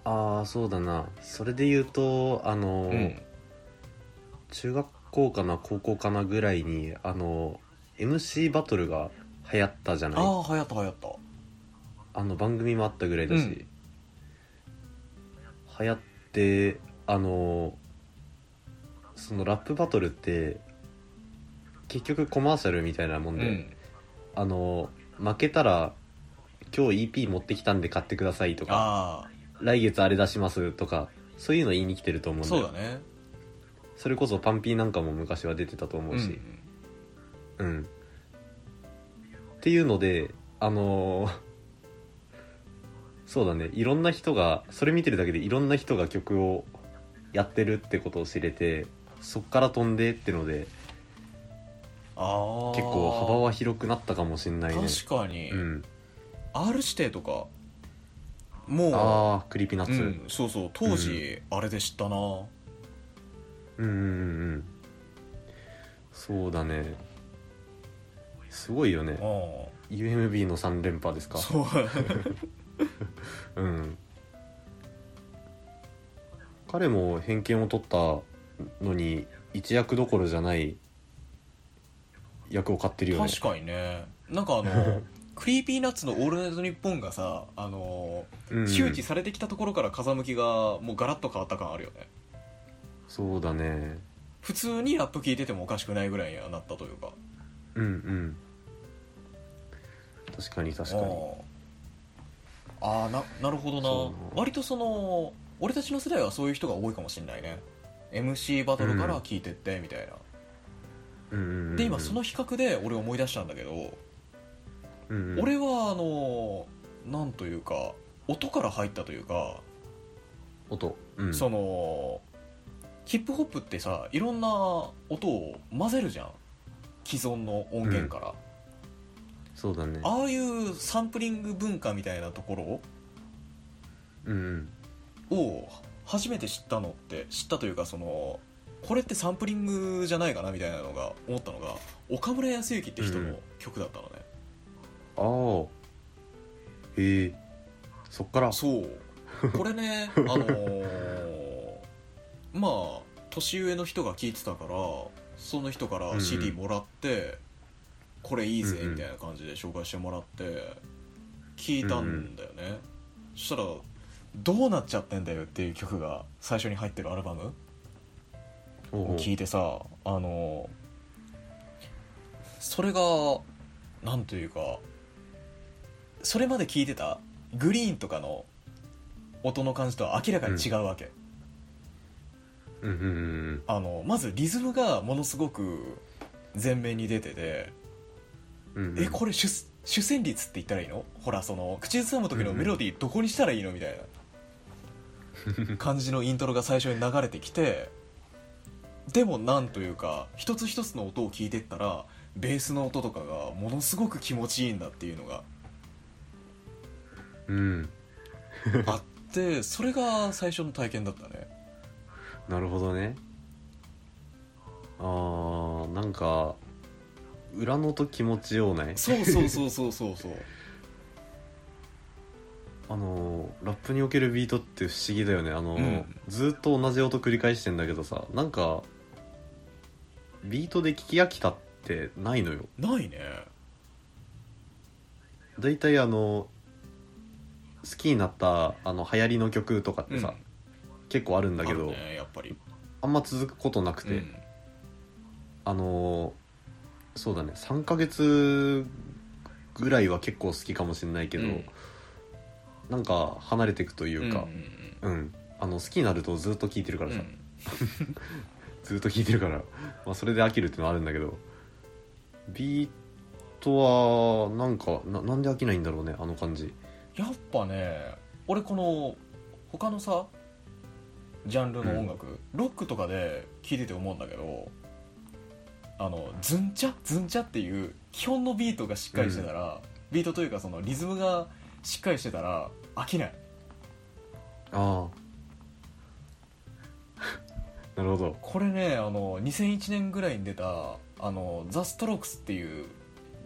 ああそうだなそれで言うとあの、うん中学校かな高校かなぐらいにあの MC バトルが流行ったじゃないああ流行った流行ったあの番組もあったぐらいだし、うん流行ってあのそのラップバトルって結局コマーシャルみたいなもんうで、んあの負けたら今日 EP 持ってきたんで買ってくださいとかあ来月あれ出しますとかそういうの言いに来てると思うんあだそうよだねそれこそパンピーなんかも昔は出てたと思うし、ううんん。っていうので、あのー そうだね、いろんな人が、それ見てるだけでいろんな人が曲をやってるってことを知れて、そっから飛んでってので、ああ結構幅は広くなったかもしんないね。確かに、うん R 指定とかもああ、クリピナッう、うツ。ん、そうそう当時あれで知ったな、うんうんうんうん。そうだね。すごいよね。うん、 UMB の3連覇ですか。そううん、彼も偏見を取ったのに一役どころじゃない役を買ってるよね確かにねなんか あのクリーピーナッツの「オールナイトニッポン」がさあのうんうん周知されてきたところから風向きがもうガラッと変わった感あるよねそうだね普通にラップ聞いててもおかしくないぐらいにはなったというかうんうん確かに確かにあーあーななるほそどうなな割とその俺たちの世代はそういう人が多いかもしれないね MC バトルから聞いてってみたいな、うんうんうんで今その比較で俺思い出したんだけど、うんうん俺はあのなんというか音から入ったというか、音うんそのヒップホップってさいろんな音を混ぜるじゃん既存の音源から、そうだねああいうサンプリング文化みたいなとこうんうんろを初めて知ったのって知ったというかそのこれってサンプリングじゃないかなみたいなのが思ったのが岡村康之って人の曲だったのね、ああへえそっから そうこれねあのーまあ年上の人が聞いてたからその人かうんうらん CD もらって、これいいぜうんうんみたいな感じで紹介してもらって聞いたんだよね、そしたら「どうなっちゃってんだよ」っていう曲が最初に入ってるアルバムおうおをう聞いてさあのそれがなんというかそれまで聞いてたグリーンとかの音の感じとは明らかに違うわけ、うんうんうんあのまずリズムがものすごく前面に出てて、うんうんえこれ主主旋律って言ったらいいのほらその口ずさむ時のメロディーどこにしたらいいのみたい な感じのイントロが最初に流れてきてでもなんというか一つ一つの音を聞いてったらベースの音とかがものすごく気持ちいいんだっていうの がうんあってそれが最初の体験だったねなるほどねあーなんか裏の音気持ちようないそうそうそうそうそ うそうあのーラップにおけるビートって不思議だよねあのー、うんずーっと同じ音繰り返してんだけどさなんかビートで聞き飽きたってないのよないねだいたいあの好きになったあの流行りの曲とかってさ、結構あるんだけどあ,、あるねやっぱりんま続くことなくて、うんあのーそうだね3ヶ月ぐらいは結構好きかもしれないけど、うんなんか離れていくというかん、んうんあの好きになるとずっと聴いてるかうらんさ、うんずっと聴いてるから、 まあ、それで飽きるっていうのはあるんだけどビートはなんかななんで飽きないんだろうねあの感じやっぱね俺この他のさジャンルの音楽、ロックとかで聴いてて思うんだけどあのズンチャズンチャっていう基本のビートがしっかりしてたら、ビートというかそのリズムがしっかりしてたら飽きないあ あなるほどこれねあの2001年ぐらいに出たあのザ・ストロークスっていう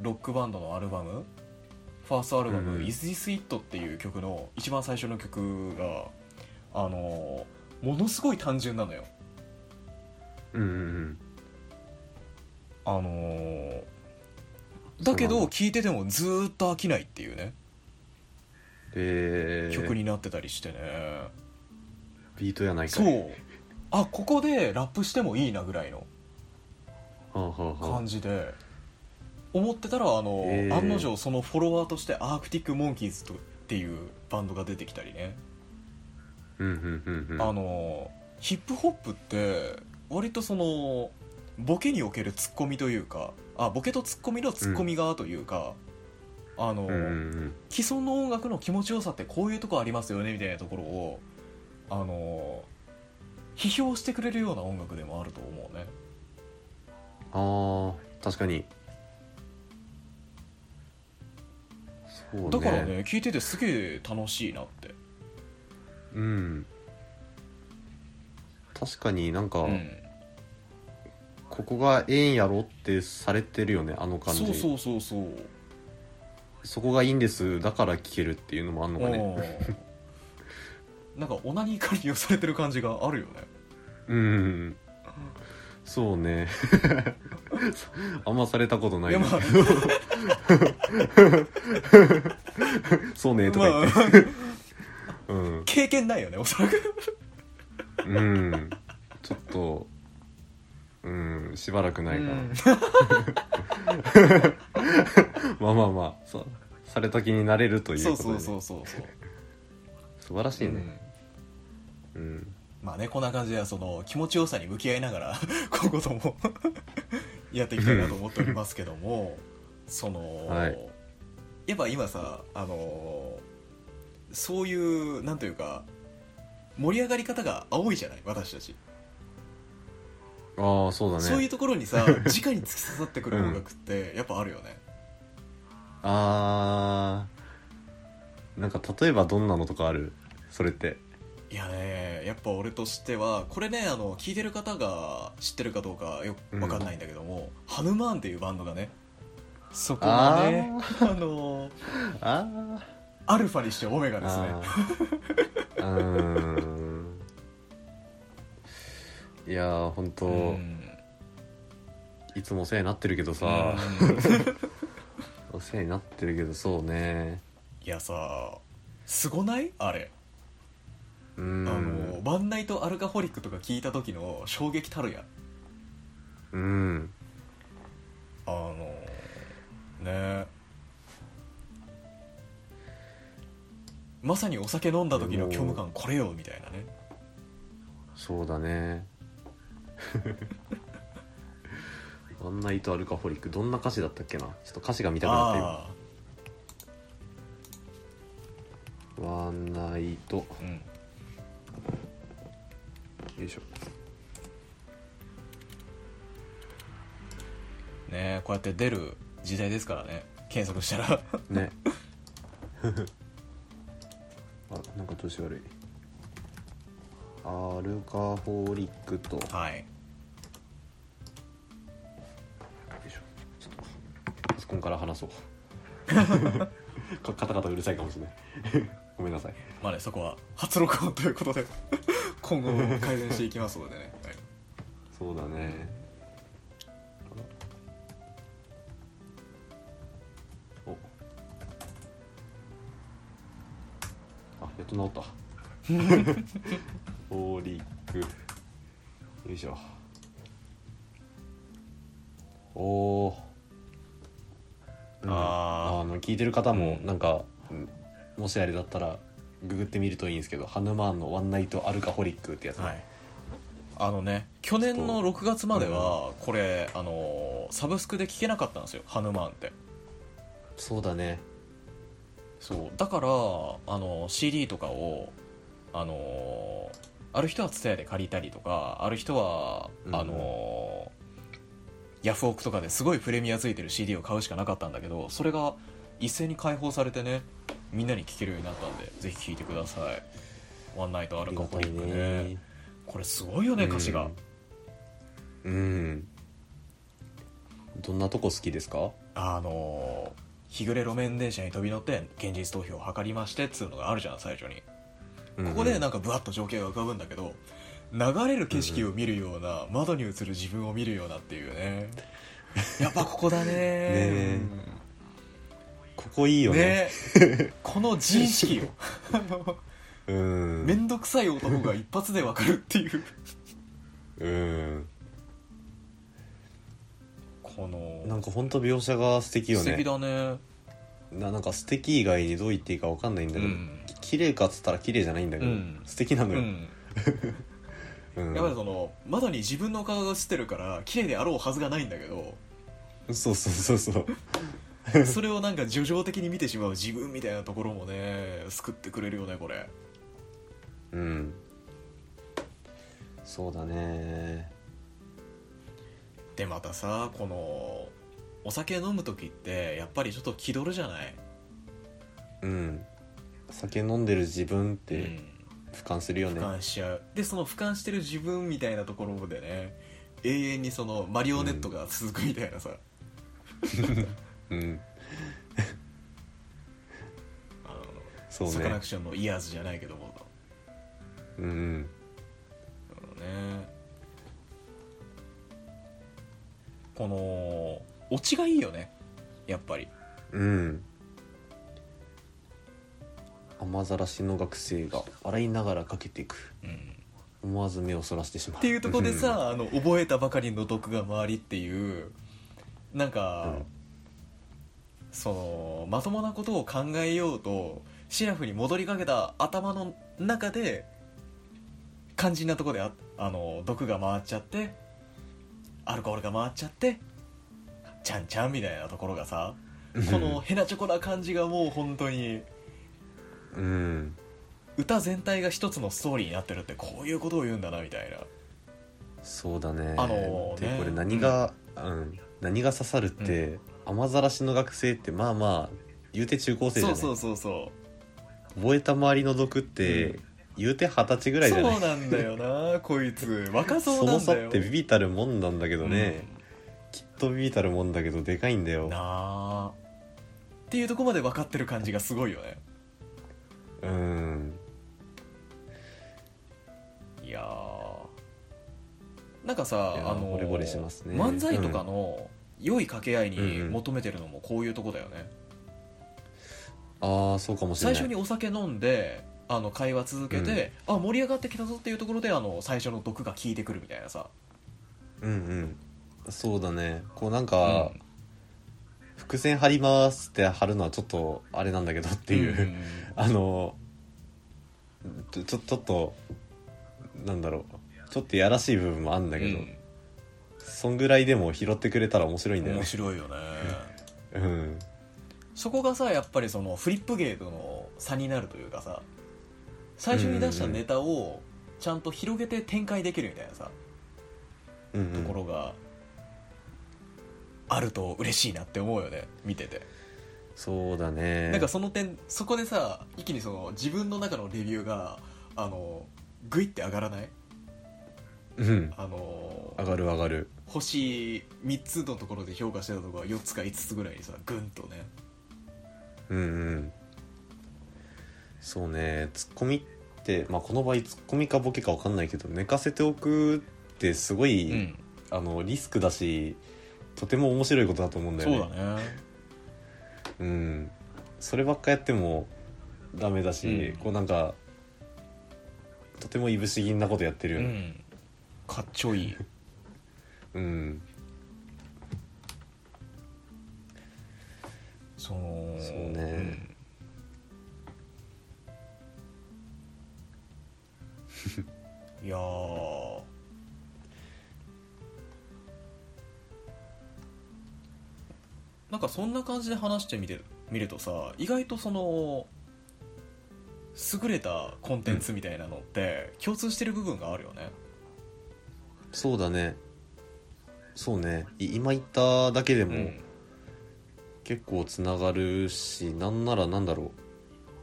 ロックバンドのアルバムファーストアルバムう「ん Is This It」っていう曲の一番最初の曲があのものすごい単純なのようんうんあのだけそうどなん聴いててもずーっと飽きないっていうねえー、曲になってたりしてねビートやないかそいうあここでラップしてもいいなぐらいのはあはあはあ感じで思ってたらあの、へー案の定そのフォロワーとしてアークティック・モンキーズとっていうバンドが出てきたりね、うんうんうんうんあのヒップホップって割とそのボケにおけるツッコミというかあボケとツッコミのツッコミ側というか、あの、うんうんうん既存の音楽の気持ちよさってこういうとこありますよねみたいなところをあの批評してくれるような音楽でもあると思うね。あー確かにそうねだからね聞いててすげえ楽しいなって。うん確かになんか、うんここがええんやろってされてるよねあの感じそうそうそうそうそこがいいんですだから聴けるっていうのもあんのかね うんなんかオナニーから利用されてる感じがあるよねうんそうね あんまされたことないいやねまあそうねとまか言あって、うん経験ないよねおそらくうんちょっとうんしばらくないかな、 まあまあまあさされた気になれるとうんいうそうことでそね、うそうそうそう素晴らしいねんうん、まあねこんな感じでその気持ちよさに向き合いながら 今後ともやっていきたいなと思っておりますけ どもその、はいやっぱ今さあのそういうなんというか盛り上がり方が青いじゃない私たちああそうだねそういうとこ ろにさ直に突き刺さってくる音楽ってやっぱあるよね、あーなんか例えばどんなのとかあるそれっていやねやっぱ俺としてはこれねあの聞いてる方が知ってるかどうかよく分かんないんだけども、ハヌマーンっていうバンドがねそこがねあのあアルファにしてオメガーですねあーうーんいやー本当、うんいつもお世話になってるけどさ、お世話になってるけどそうねいやさすごないあれ、うあんのワンナイトアルカホリックとか聞いた時の衝撃たるやうんあのねまさにお酒飲んだ時のもう虚無感これよみたいなねそうだね あんな糸アルカホリックどんな歌詞だったっけなちょっと歌詞が見たくなった今あワンナイトよあうんいしょねえこうやって出る時代ですからね検索した らねあなんか調子悪いアルカホリックとよはいいしょちょっとパソコンから話そう かカタカタうるさいかもしれない ごめんなさいまあねそこは初録音ということで 今後も改善していきますのでね、はいそうだねおあやっと治った ホーリックよいしょおおー、うんあーあの聞いてる方もなんか、もしあれだったらググってみるといいんですけど「ハヌマーンのワンナイトアルカホリック」ってやつ、はい、あのね去年の6月まではこれ、あのーサブスクで聴けなかったんですよ「ハヌマーン」ってそうだねそうだから、あのー CD とかを、あのーある人は TSUTAYA で借りたりとかある人は、うんあのーヤフオクとかですごいプレミアついてる CD を買うしかなかったんだけどそれが一斉に解放されてねみんなに聴けるようになったんでぜひ聴いてください「ワンナイトアあルりカがホたリいックね」ねこれすごいよね歌詞が、うん、どんなとこ好きですかあの日暮れ路面電車に飛び乗って現実逃避を図りましてっつうのがあるじゃん最初にここでなんかブワッと情景が浮かぶんだけど流れる景色を見るような窓に映る自分を見るようなっていうねやっぱここだねえここいいうよんねねこの自意識ようん面倒くさい男が一発でわかるっていううんこなのんかほんと描写が素敵よ素敵ねだねななんか素敵以外にどう言っていいかわかんないんだけど、うんき綺麗かっつったら綺麗じゃないんだけど、うん素敵なうのよ、んうんやっぱりその窓に自分の顔が映ってるから綺麗であろうはずがないんだ けどそうそうそうそうそれをなんか叙情的に見てしまう自分みたいなところもね救ってくれるよねこれうんそうだねでまたさこのお酒飲む時ってやっぱりちょっと気取るじゃない、うん酒飲んでる自分っうてん、俯瞰するよ俯ね、瞰しちゃうでその俯瞰してる自分みたいなところでね永遠にそのマリオネットが続くみたいなさ、うんあのそうねサカナクションのイヤーズじゃないけどもうんうんねこのオチがいいよねやっぱりうん雨ざらしの学生が笑いながらかけていくうん思わず目をそらしてしまうっていうところでさあの覚えたばかりの毒が周りっていうなんか、うんそのまともなことを考えようとシラフに戻りかけた頭の中で肝心なところでああの毒が回っちゃってアルコールが回っちゃってちゃんちゃんみたいなところがさうんこのヘナチョコな感じがもう本当にうん歌全体が一つのストーリーになってるってこういうことを言うんだなみたいなそうだねあのねでこれ何が、うん何が刺さるって、雨ざらしの学生ってまあまあ言うて中高生じゃそなういそうそうそう覚えた周りの毒って、う言うて二十歳ぐらいじゃないそうなんだよなこいつ若そうそなのんだ差よってビビたるもんなんだけどね、きっとビビたるもんだけどでかいんだうんよなあっていうとこまで分かってる感じがすごいよねうんいやーなんかさいやーあのー惚れ惚れしますね漫才とかの良い掛け合いにうんうん求めてるのもこういうとこだよね、ああそうかもしれ最ない初にお酒飲んであの会話続けて、あ盛り上がってきたぞっていうところであの最初の毒が効いてくるみたいなさ、うんうんそうだねこうなんうか、 伏線張りますって貼るのはちょっとあれなんだけどっていう、んあのちょちょちょっとなんだろうちょっとやらしい部分もあんだけど、そんぐらいでも拾ってくれたら面白いんうんだよね面、白 いよねうん、そこがさやっぱりそのフリップ芸との差になるというかさ最初に出したネタをちゃんと広げて展開できるみたいなさうんうとんころがあると嬉しいなって思うよね見ててそうだねなんかその点そこでさ一気にその自分の中のレビューがあのグイって上がらないうんあの上がる上がる星3つのところで評価してたところが4つか5つぐらいにさグンとねうんうんそうねツッコミって、まあ、この場合ツッコミかボケか分かんないけど寝かせておくってすごい、あのリスクだしとても面白いことだと思うんだよそねうだねうん、そればっかやってもダメだし、うんこうなんかとてもいぶし銀なことやってるうよね、んかっちょいいうんそのそうねうんいやーなんかそんな感じで話してみてみるとさ意外とその優れたコンテンツみたいなのって共通してる部分があるよねそうだねそうねい今言っただけでうも結構つながるし、なんならなんだろ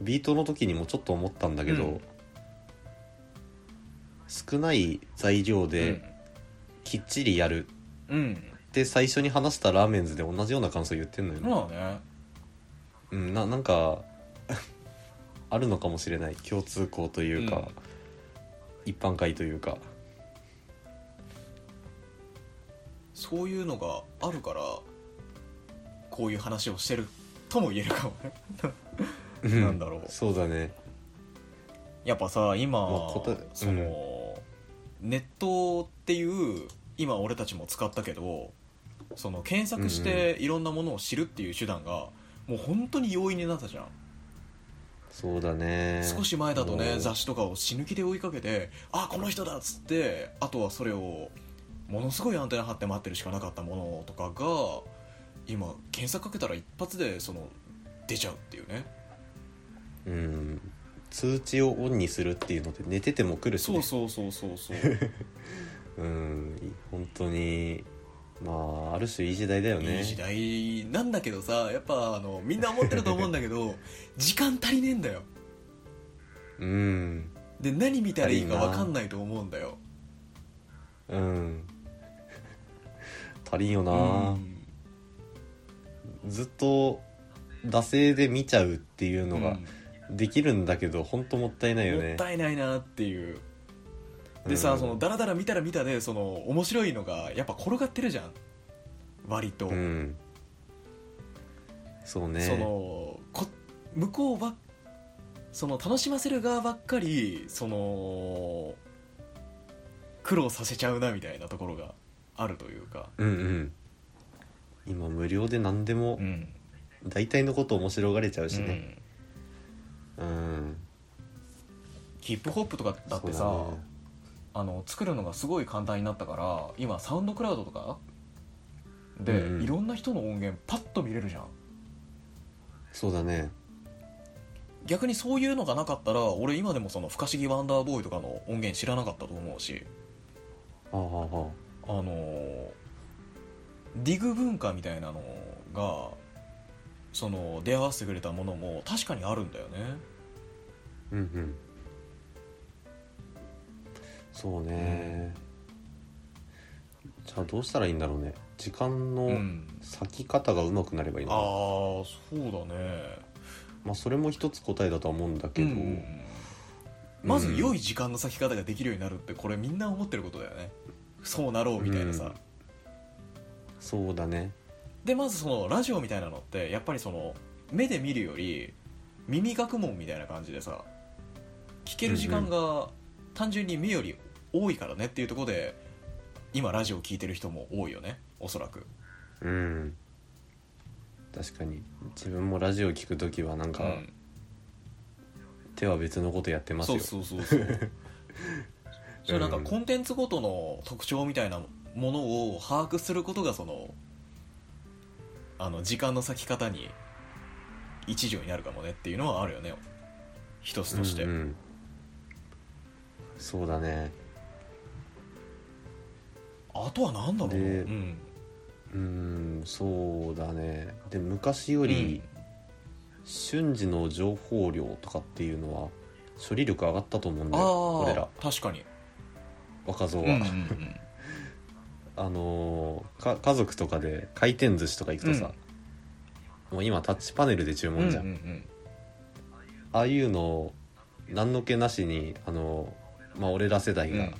うビートの時にもちょっと思ったんだけど、うん少ない材料できっちりやるうん、うんって最初に話したラーメンズで同じような感想言ってんのよね、まあねうん、ななんか あるのかもしれない共通項というか、一般会というかそういうのがあるからこういう話をしてるとも言えるかもねなんだろ うそうだね やっぱさ今、まあ答えその、ネットっていう今俺たちも使ったけどその検索していろんなものを知るっていう手段が、もう本当に容易になったじゃん、そうだね少し前だとねもう雑誌とかを死ぬ気で追いかけてあこの人だっつってあとはそれをものすごいアンテナ張って待ってるしかなかったものとかが今検索かけたら一発でその出ちゃうっていうねうん通知をオンにするっていうのって寝てても来るし、そね、うそうそうそうそううんい本当にまあある種いい時代だよね いい時代なんだけどさやっぱあのみんな思ってると思うんだけど時間足りねえんだようんで何見たらいいか分かんないと思うんだようん 足りんよな、うんずっと惰性で見ちゃうっていうのうがんできるんだけど、本当もったいないよねもったいないなっていうでさ、うんそのダラダラ見たら見たでその面白いのがやっぱ転がってるじゃん割と、うんそうねそのこ向こうばっその楽しませる側ばっかりその苦労させちゃうなみたいなところがあるというか、うんうん今無料で何でも大体のこと面白がれちゃうしうねんうん、ヒップホップとかだってさ、そうねあの作るのがすごい簡単になったから今サウンドクラウドとかで、うんいろんな人の音源パッと見れるじゃんそうだね逆にそういうのがなかったら俺今でもその「不可思議ワンダーボーイ」とかの音源知らなかったと思うしああはあのーディグ文化みたいなのがその出会わせてくれたものも確かにあるんだよねうんうんそうね、じゃあどうしたらいいんだろうね時間うのん割き方がうまくなればいいああの、そうだねまあそれも一つ答えだとは思うんだけど、うんまず良いい時間の割き方ができるようになるってこれみんな思ってることだよねそうなろうみたいなさ、うんそうだねでまずそのラジオみたいなのってやっぱりその目で見るより耳学問みたいな感じでさ聞ける時間が単純に目より多いからねっていうところで今ラジオ聞いてる人も多いよねおそらくうん確かに自分もラジオ聞く時はなんか、うん手は別のことやってますそようそうそうそう それなんかコンテンツごとの特徴みたいなものを把握することがそのあの時間の割き方に一助になるかもねっていうのはあるよね一つとして、うんうんそうだねあとは何だろうな、うでん、うんそうだねで昔より瞬時の情報量とかっていうのは処理力上がったと思うんだあよ俺らあ確かに、若造うは、んうんうん、あのーか家族とかで回転寿司とか行くとさ、もう今タッチパネルで注文じゃん、うんうんああいうのを何の気なしにあのーまあ俺ら世代うんうが、ん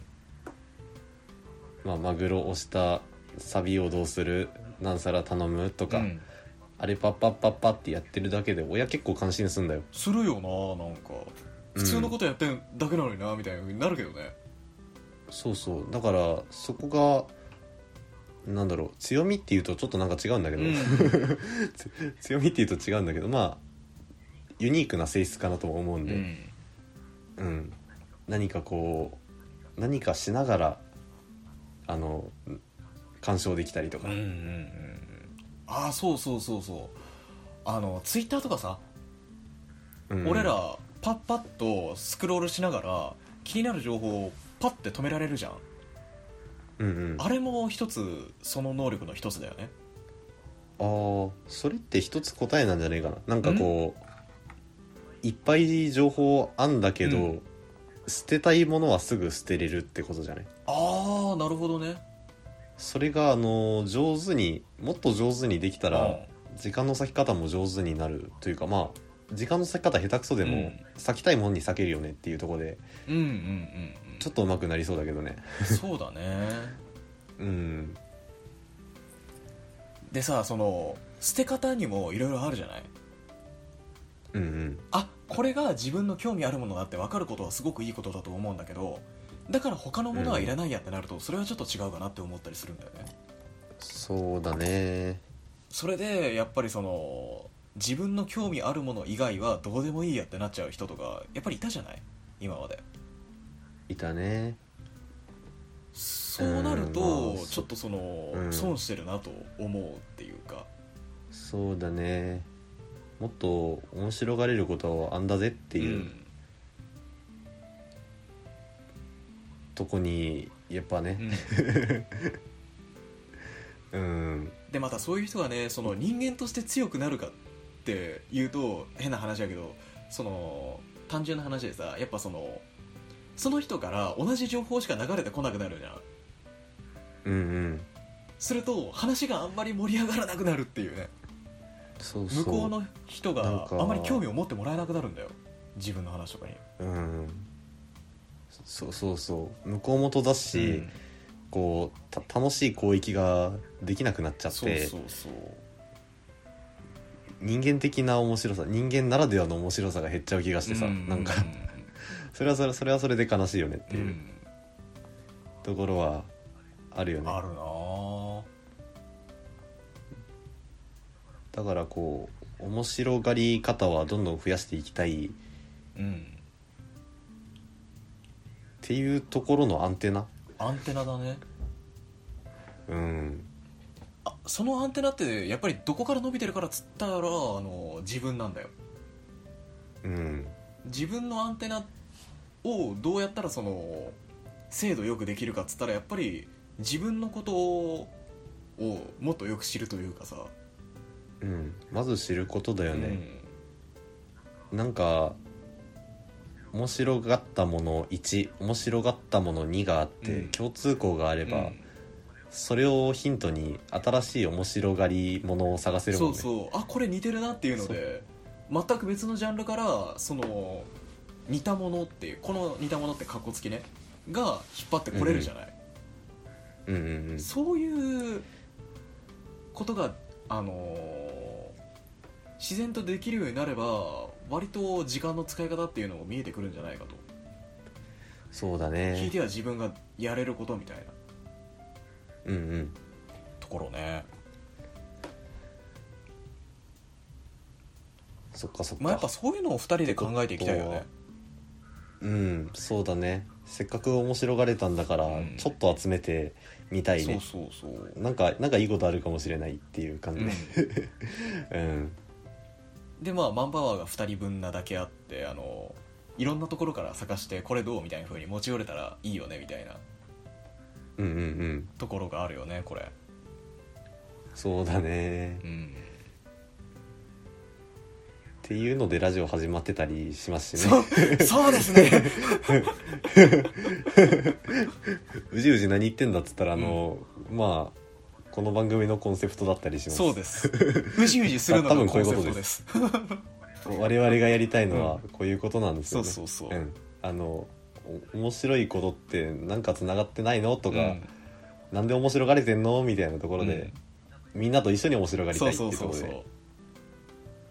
まあ、マグロ押したサビをどうする何皿頼むとか、うんあれパッパッパッパってやってるだけで親結構感心すんだよするよななんか普通のことやってるだけなのになみたいなふうになるけどねそうそうだからそこがなんだろう強みっていうとちょっとなんか違うんだけうど、ん強みっていうと違うんだけどまあユニークな性質かなとも思うんうで、んうん、何かこう何かしながらあの鑑賞できたりとかうんうんうんうんああそうそうそうそうあのツイッターとかさ、うん俺らパッパッとスクロールしながら気になる情報をパッて止められるじゃんうんうんああれも一つその能力の一つだよねあーそれって一つ答えなんじゃねえかななんかこういっぱい情報あんだけど、う捨てたいものはすぐ捨てれるってことじゃないああなるほどねそれがあの上手にもっと上手にできたら、うん時間の割き方も上手になるというかまあ時間の割き方下手くそでうも、ん割きたいもんに割けるよねっていうところでうんうんうんちょっと上手くなりそうだけどねうんそうだねうんでさその捨て方にもいろいろあるじゃないうんうんあこれが自分の興味あるものだって分かることはすごくいいことだと思うんだけどだから他のものはいらないやってなると、それはちょっと違うかなって思ったりするんだよねそうだねそれでやっぱりその自分の興味あるもの以外はどうでもいいやってなっちゃう人とかやっぱりいたじゃない今までいたねそうなるうんとまあちょっとそのうん損してるなと思うっていうかそうだねもっと面白がれることはあんだぜっていう、うんとこにやっぱうねんうん、でまたそういう人がねその人間として強くなるかっていうと変な話だけどその単純な話でさやっぱそのその人から同じ情報しか流れてこなくなるじゃうんんうんすると話があんまり盛り上がらなくなるっていうねそうそう向こうの人なんがかあまり興味を持ってもらえなくなるんだよ自分の話とかにうんそうそうそう向こう元だし、うんこうた楽しい交易ができなくなっちゃってそうそうそう人間的な面白さ人間ならではの面白さが減っちゃう気がしてさ、うんなんかそれはそれそれはそれで悲しいよねってういうんところはあるよね、あるなぁだからこう面白がり方はどんどん増やしていきたいっうんていうところのアンテナアンテナだねうんあそのアンテナってやっぱりどこから伸びてるからっつったらあの自分なんだようん自分のアンテナをどうやったらその精度よくできるかっつったらやっぱり自分のことをもっとよく知るというかさ、うんまず知ることだようね、んなんか面白がったもの1面白がったもの2があって、うん共通項があれば、うんそれをヒントに新しい面白がりものを探せるもそんうねそうあこれ似てるなっていうので全く別のジャンルからその似たものっていうこの似たものってカッコつきねが引っ張ってこれるじゃない、うんうんうんそういうことがあのー自然とできるようになれば割と時間の使い方っていうのも見えてくるんじゃないかと、そうだ聞いねては自分がやれることみたいなうんうんところねそっかそっか、まあやっぱそういうのを2人で考えていきたいよねうんそうだねせっかく面白がれたんだから、うんちょっと集めてみたいそうねそうそうなんかなんかいいことあるかもしれないっていう感じでうん、でまあマンパワーが2人分なだけあってあのいろんなところから探してこれどうみたいな風に持ち寄れたらいいよねみたいなうん、うんうんところがあるよねこれそうだねうんっていうのでラジオ始まってたりしますしそねうそうですねうじうじ何言ってんだっつったらあの、まあこの番組のコンセプトだったりしますそうです うじうじするのがコンセプトです我々がやりたいのはこういうことなんですそようねそうそう、ん、あのお面白いことってなんかつながってないのとうか、んなんで面白がれてんのみたいなところで、みんなと一緒に面白がりたそいうっていそううこそとうそう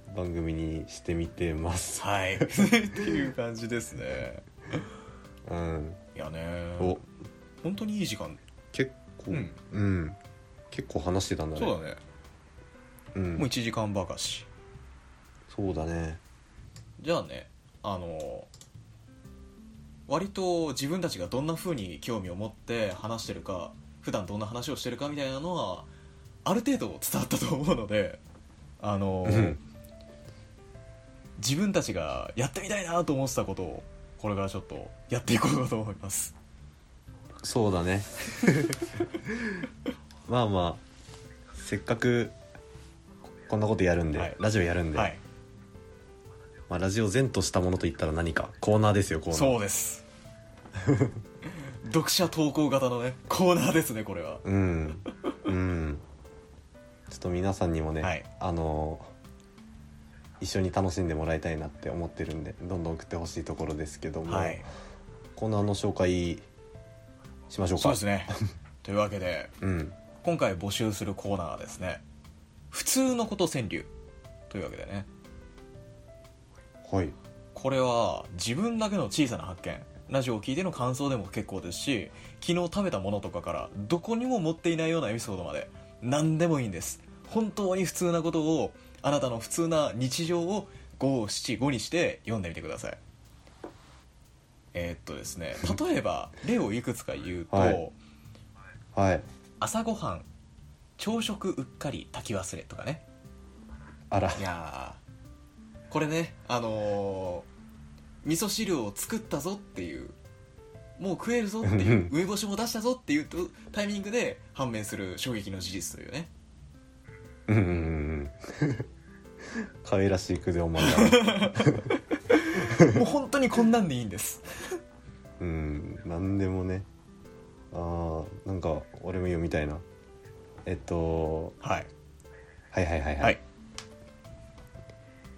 で番組にしてみてます。 はいっていう感じですねうん、いやねお本当にいい時間結構、ううんん結構話してたんだね。そうだね、うんもう1時間ばかしそうだね。じゃあねあの割と自分たちがどんな風に興味を持って話してるか普段どんな話をしてるかみたいなのはある程度伝わったと思うのであのうん自分たちがやってみたいなと思ってたことをこれからちょっとやっていこうかと思いますそうだ ね。まあまあせっかくここんなことやるんで、はいラジオやるんで、はいまあ、ラジオ前としたものといったら何かコーナーですよコーナー。そうです 読者投稿型のねコーナーですねこれはうん、うん、ちょっと皆さんにもね、はいあの一緒に楽しんでもらいたいなって思ってるんでどんどん送ってほしいところですけども、はいコーナーの紹介しましょうかそうですねというわけでうん今回募集するコーナーはですね普通のこと川柳というわけでねはいこれは自分だけの小さな発見ラジオを聞いての感想でも結構ですし昨日食べたものとかからどこにも持っていないようなエピソードまで何でもいいんです本当に普通なことをあなたの普通な日常を五七五にして読んでみてくださいえーっとですね例えば例をいくつか言うと、はいはい朝ごはん朝食うっかり炊き忘れとかねあらいやーこれねあのー味噌汁を作ったぞっていうもう食えるぞってういうん梅干しも出したぞっていうとタイミングで判明する衝撃の事実というねうんうんうん可愛らしい句でおまんだ もう本当にこんなんでいいんですうんなんでもねあーなんか俺も読みたいなえっとはいはいはいはいはい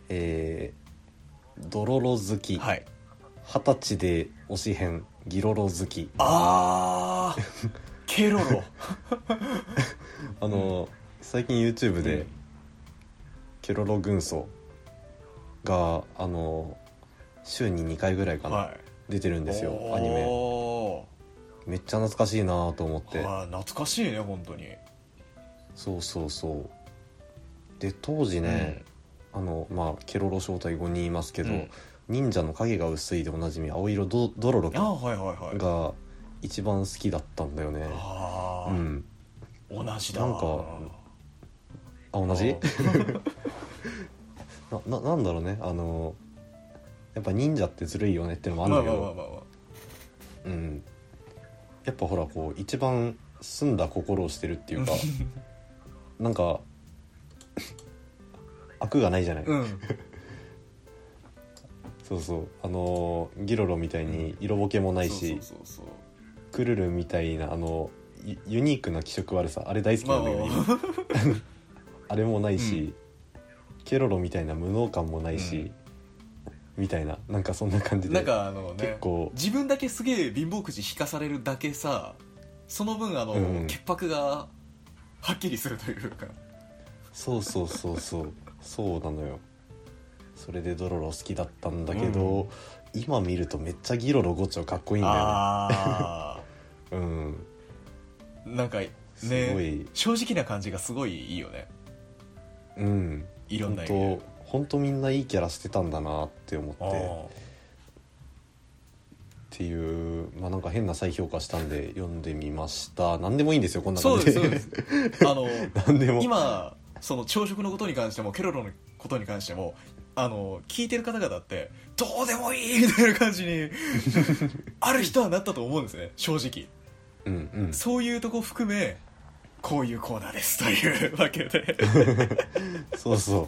えー、ドロロ好き、はい二十歳で推し編ギロロ好きあーケロ ロあの、最近 YouTube で、うんケロロ軍曹があの週に2回ぐらいかな、は出てるんいですよアニメおめっちゃ懐かしいなと思っーてはい懐かしいね本当にそうそうそうで当時ね、あのまあケロロ正体5人いますけど、うん忍者の影が薄いでおなじみ青色ドドロロうんあーはいはいはいが一番好きだったんだよねあうあ、ん同じだなんかあ同じな ななんだろうねあのやっぱ忍者ってずるいよねってのもまああるんまあだまけあど、まあ、まあ、うん、やっぱほらこう一番澄んだ心をしてるっていう かなんか悪がないじゃない、うんそうそうあのギロロみたいに色ぼけもないし、そうそうそうそクルルみたいなあのユユニークな気色悪さあれ大好きなんだけど、まあまあ今あれもないし、ケロロみたいな無能感もないし、みたいななんかそんな感じうでなんかあのね結構自分だけすげえ貧乏くじ引かされるだけさその分あの、うん潔白がはっきりするというかそうそうそうそうそうなのよそれでドロロ好きだったんだけど、今見るとめっちゃギロロゴチョかっこいいんだよあねうん ーなんかすごねい、正直な感じがすごいいいよねうんいろんな意味で本当本当みんないいキャラしてたんだなって思っあーてっていう、まあ、なんか変な再評価したんで読んでみました何でもいいんですよこんなそ感うじでですそうで すあの何でも今その朝食のことに関してもケロロのことに関してもあの聞いてる方々ってどうでもいいみたいな感 じにある人はなったと思うんですね正直うんうんそういうとこ含めこういうコーナーですというわ けでそうそ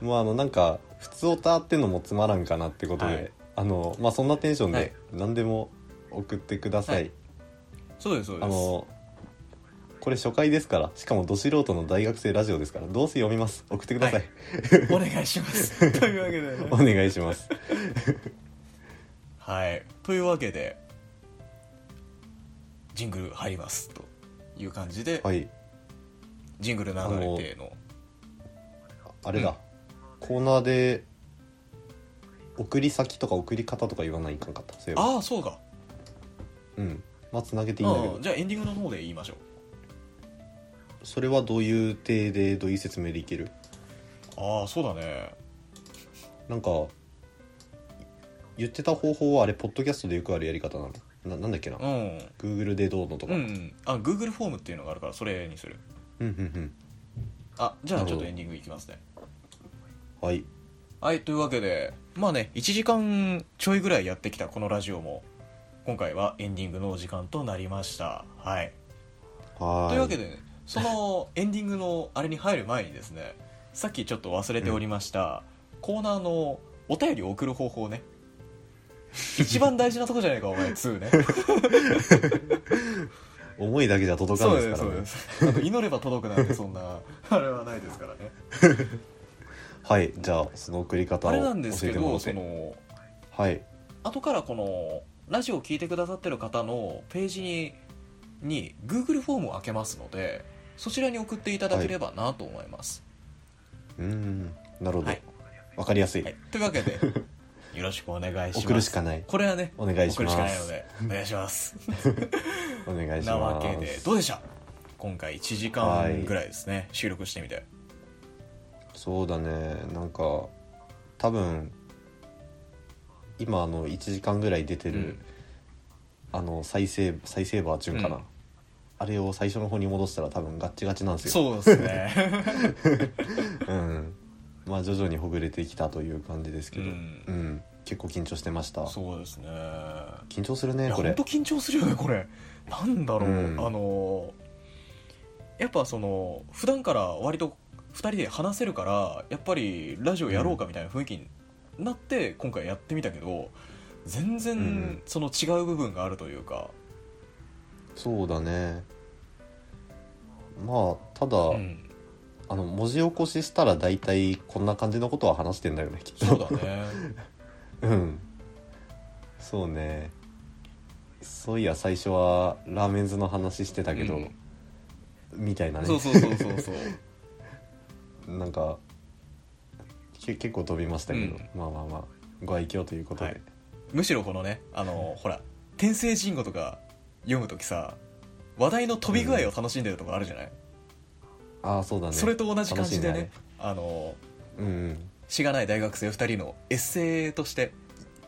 うもうあのなんか普通オタってのもつまらんかなってことで、はいあのまあそんなテンションはいで何でも送ってください、はいそうですそうですあのこれ初回ですからしかもど素人の大学生ラジオですからどうせ読みます送ってください、お願いしますというわけで、 おね、願いしますはいというわけでジングル入りますという感じで、はいジングル流れてのあれだ、うんコーナーで送り先とか送り方とか言わないかんかったそういえばああそうかうんまあつなげていいんだけうどんじゃあエンディングの方で言いましょうそれはどういう体でどういう説明でいけるああそうだねなんか言ってた方法はあれポッドキャストでよくあるやり方なのななんだっけなうん Google でどうのとうか、んうんあ Google フォームっていうのがあるからそれにするうんうんあじゃあなるちょほどっとエンディングいきますねうんはいはいというわけでまあね1時間ちょいぐらいやってきたこのラジオも今回はエンディングのお時間となりましたはいはーいというわけで、ね、その エンディングのあれに入る前にですねさっきちょっと忘れておりました、コーナーのお便りを送る方法ね 一番大事なとこじゃないかお前2ね思いだけじゃ届かないですかそうらねですそうですあの祈れば届くなんてそ んなあれはないですからねはいじゃあその送り方あをれ教なんですえけてもらどっそてのはい後からこのラジオを聞いてくださってる方のページにに Google フォームを開けますのでそちらに送っていただければなと思います、うーんなるほど、はわいかりやすい、はいという わけでよろしくお願いします送るしかないこれはねお願いし送るましすかないのでお願いしますお願いしますなわけでどうでした今回1時間ぐらいですね、収録してみてそうだねなんか多分今あの1時間ぐらい出てる、うんあの再生再生バーチューンかな、うんあれを最初の方に戻したら多分ガッチガチなんですよそうですねうん、まあ徐々にほぐれてきたという感じですけど、う うんん結構緊張してましたそうですね緊張するいねやこ本れ当緊張するよねこれなんだろう、うんあのやっぱその普段から割と2人で話せるからやっぱりラジオやろうかみたいな雰囲気になって今回やってみたけど全う然んその違う部分があるというか、そうだねまあただ、うんあの文字起こししたら大体こんな感じのことは話してんだよねきっとそうだね うんそうねそういや最初はラーメンズの話してたけど、うんみたいなねそうそうそうそうそうなんかけ結構飛びましたけど、うんまあまあまあご愛嬌ということで、はいむしろこのねあのほら天聖人語とか読む時さ話題の飛び具合を楽しんでるとこあるじゃない、ああそうだねそれと同じ感じでね楽しいねあのうんうんしがない大学生2人のエッセイとして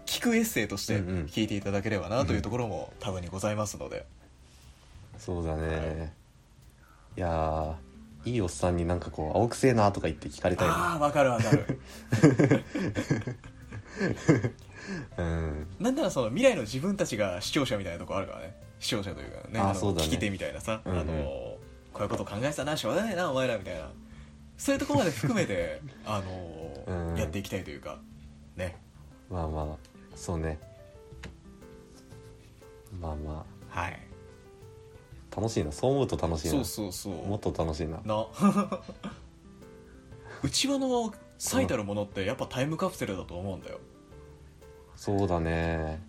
聞くエッセイとしてうんうん聞いていただければなというところも多分にございますので、そうだね、い、やーいいおっさんになんかこう「青くせえな」とか言って聞かれたいねああわかるわかる うんなんならその未来の自分たちが視聴者みたいなとこあるからね視聴者というかねあーのそうだね聞き手みたいなさ、うんうんあのこういうこと考えてたなしょうがないなお前らみたいなそういうとこまで含めてあの、 うんやっていきたいというかねまあまあそうねまあまはいあ楽しいなそう思うと楽しいなそうそうそうもっと楽しいなな うちわの最たるものってやっぱタイムカプセルだと思うんだよそうだね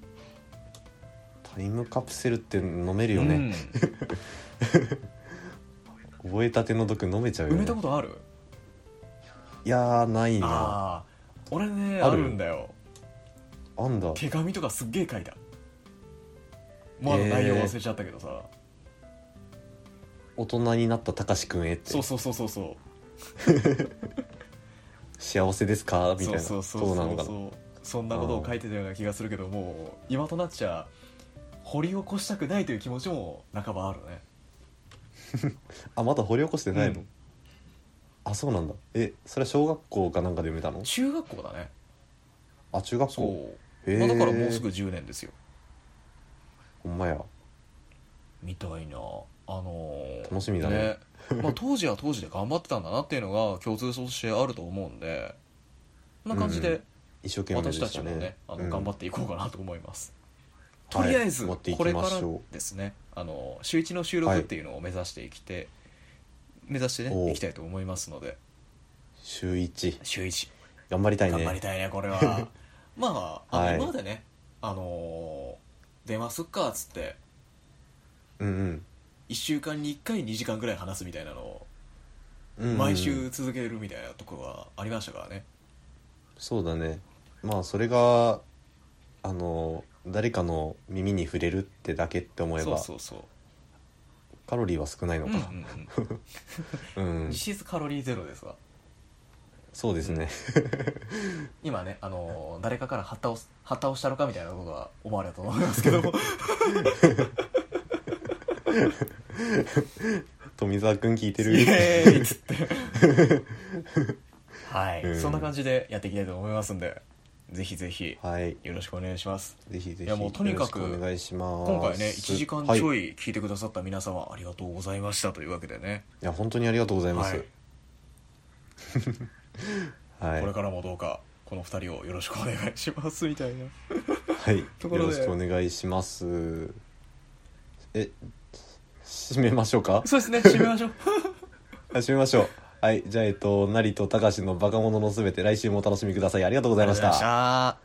タイムカプセルって飲めるよね、覚えたての毒飲めちゃううん、よ埋めねたことあるいやーないなああ俺ねああるるんだよあんだ手紙とかすっげえ書いたもうあのへえ内容忘れちゃったけどさ、大人になったたかしくんへってそうそうそうそうそう幸せですかみたいなそうそうそそううなそのうかなそうそんなことを書いてたような気がするけどもう今となっちゃ掘り起こしたくないという気持ちも半ばあるねあまだ掘り起こしてないの、うんあそうなんだえそれは小学校かなんかで埋めたの中学校だねあ中学校そう、へまえあ、だからもうすぐ10年ですよほんまやみたいなあのー楽しみだねまあ、当時は当時で頑張ってたんだなっていうのが 共通としてあると思うんでこんな感じうんうでん一生懸命で私たしちたもねねあの頑張っていこうかなと思います、とはいりあえず持っていこきれかまらしょですね、あの週一の収録っていうのを目指していきて、目指しておうねいきたいと思いますので週一週一頑張りたい頑張りねたいねこ れはまああのはい今までね、あのー電話すっかっつってうんうん1週間に1回2時間ぐらい話すみたいなのをうんうん毎週続けるみたいなところがありましたからね、そうだねまあそれがあの誰かの耳に触れるってだけって思えそうばそうそうカロリーは少ないのうんうんかうん、うん、実質カロリーゼロですわそうですね今ね、あのー誰かから旗を旗をしたのかみたいなことが思われたと思いますけ ども 富澤君聞いてイるエーイっつって はい、うんそんな感じでやっていきたいと思いますんでぜひぜひはいよろしくお願いしますぜひぜひいやもうとにかくよろしお願いします今回ね1時間ちょい、いい聞いてくださった皆様ありがとうございましたというわけでね、や本当にありがとうございまはいす、はいこれは、からもどうかこの2人をよろしくお願いしますみたいない とこよろろでしくお願いしますえ締めましょうか そうですね締めましょうあ締めましょうはいじゃあえっと成と高しのバカ者のすべて来週もお楽しみくださいありがとうごあざいましたた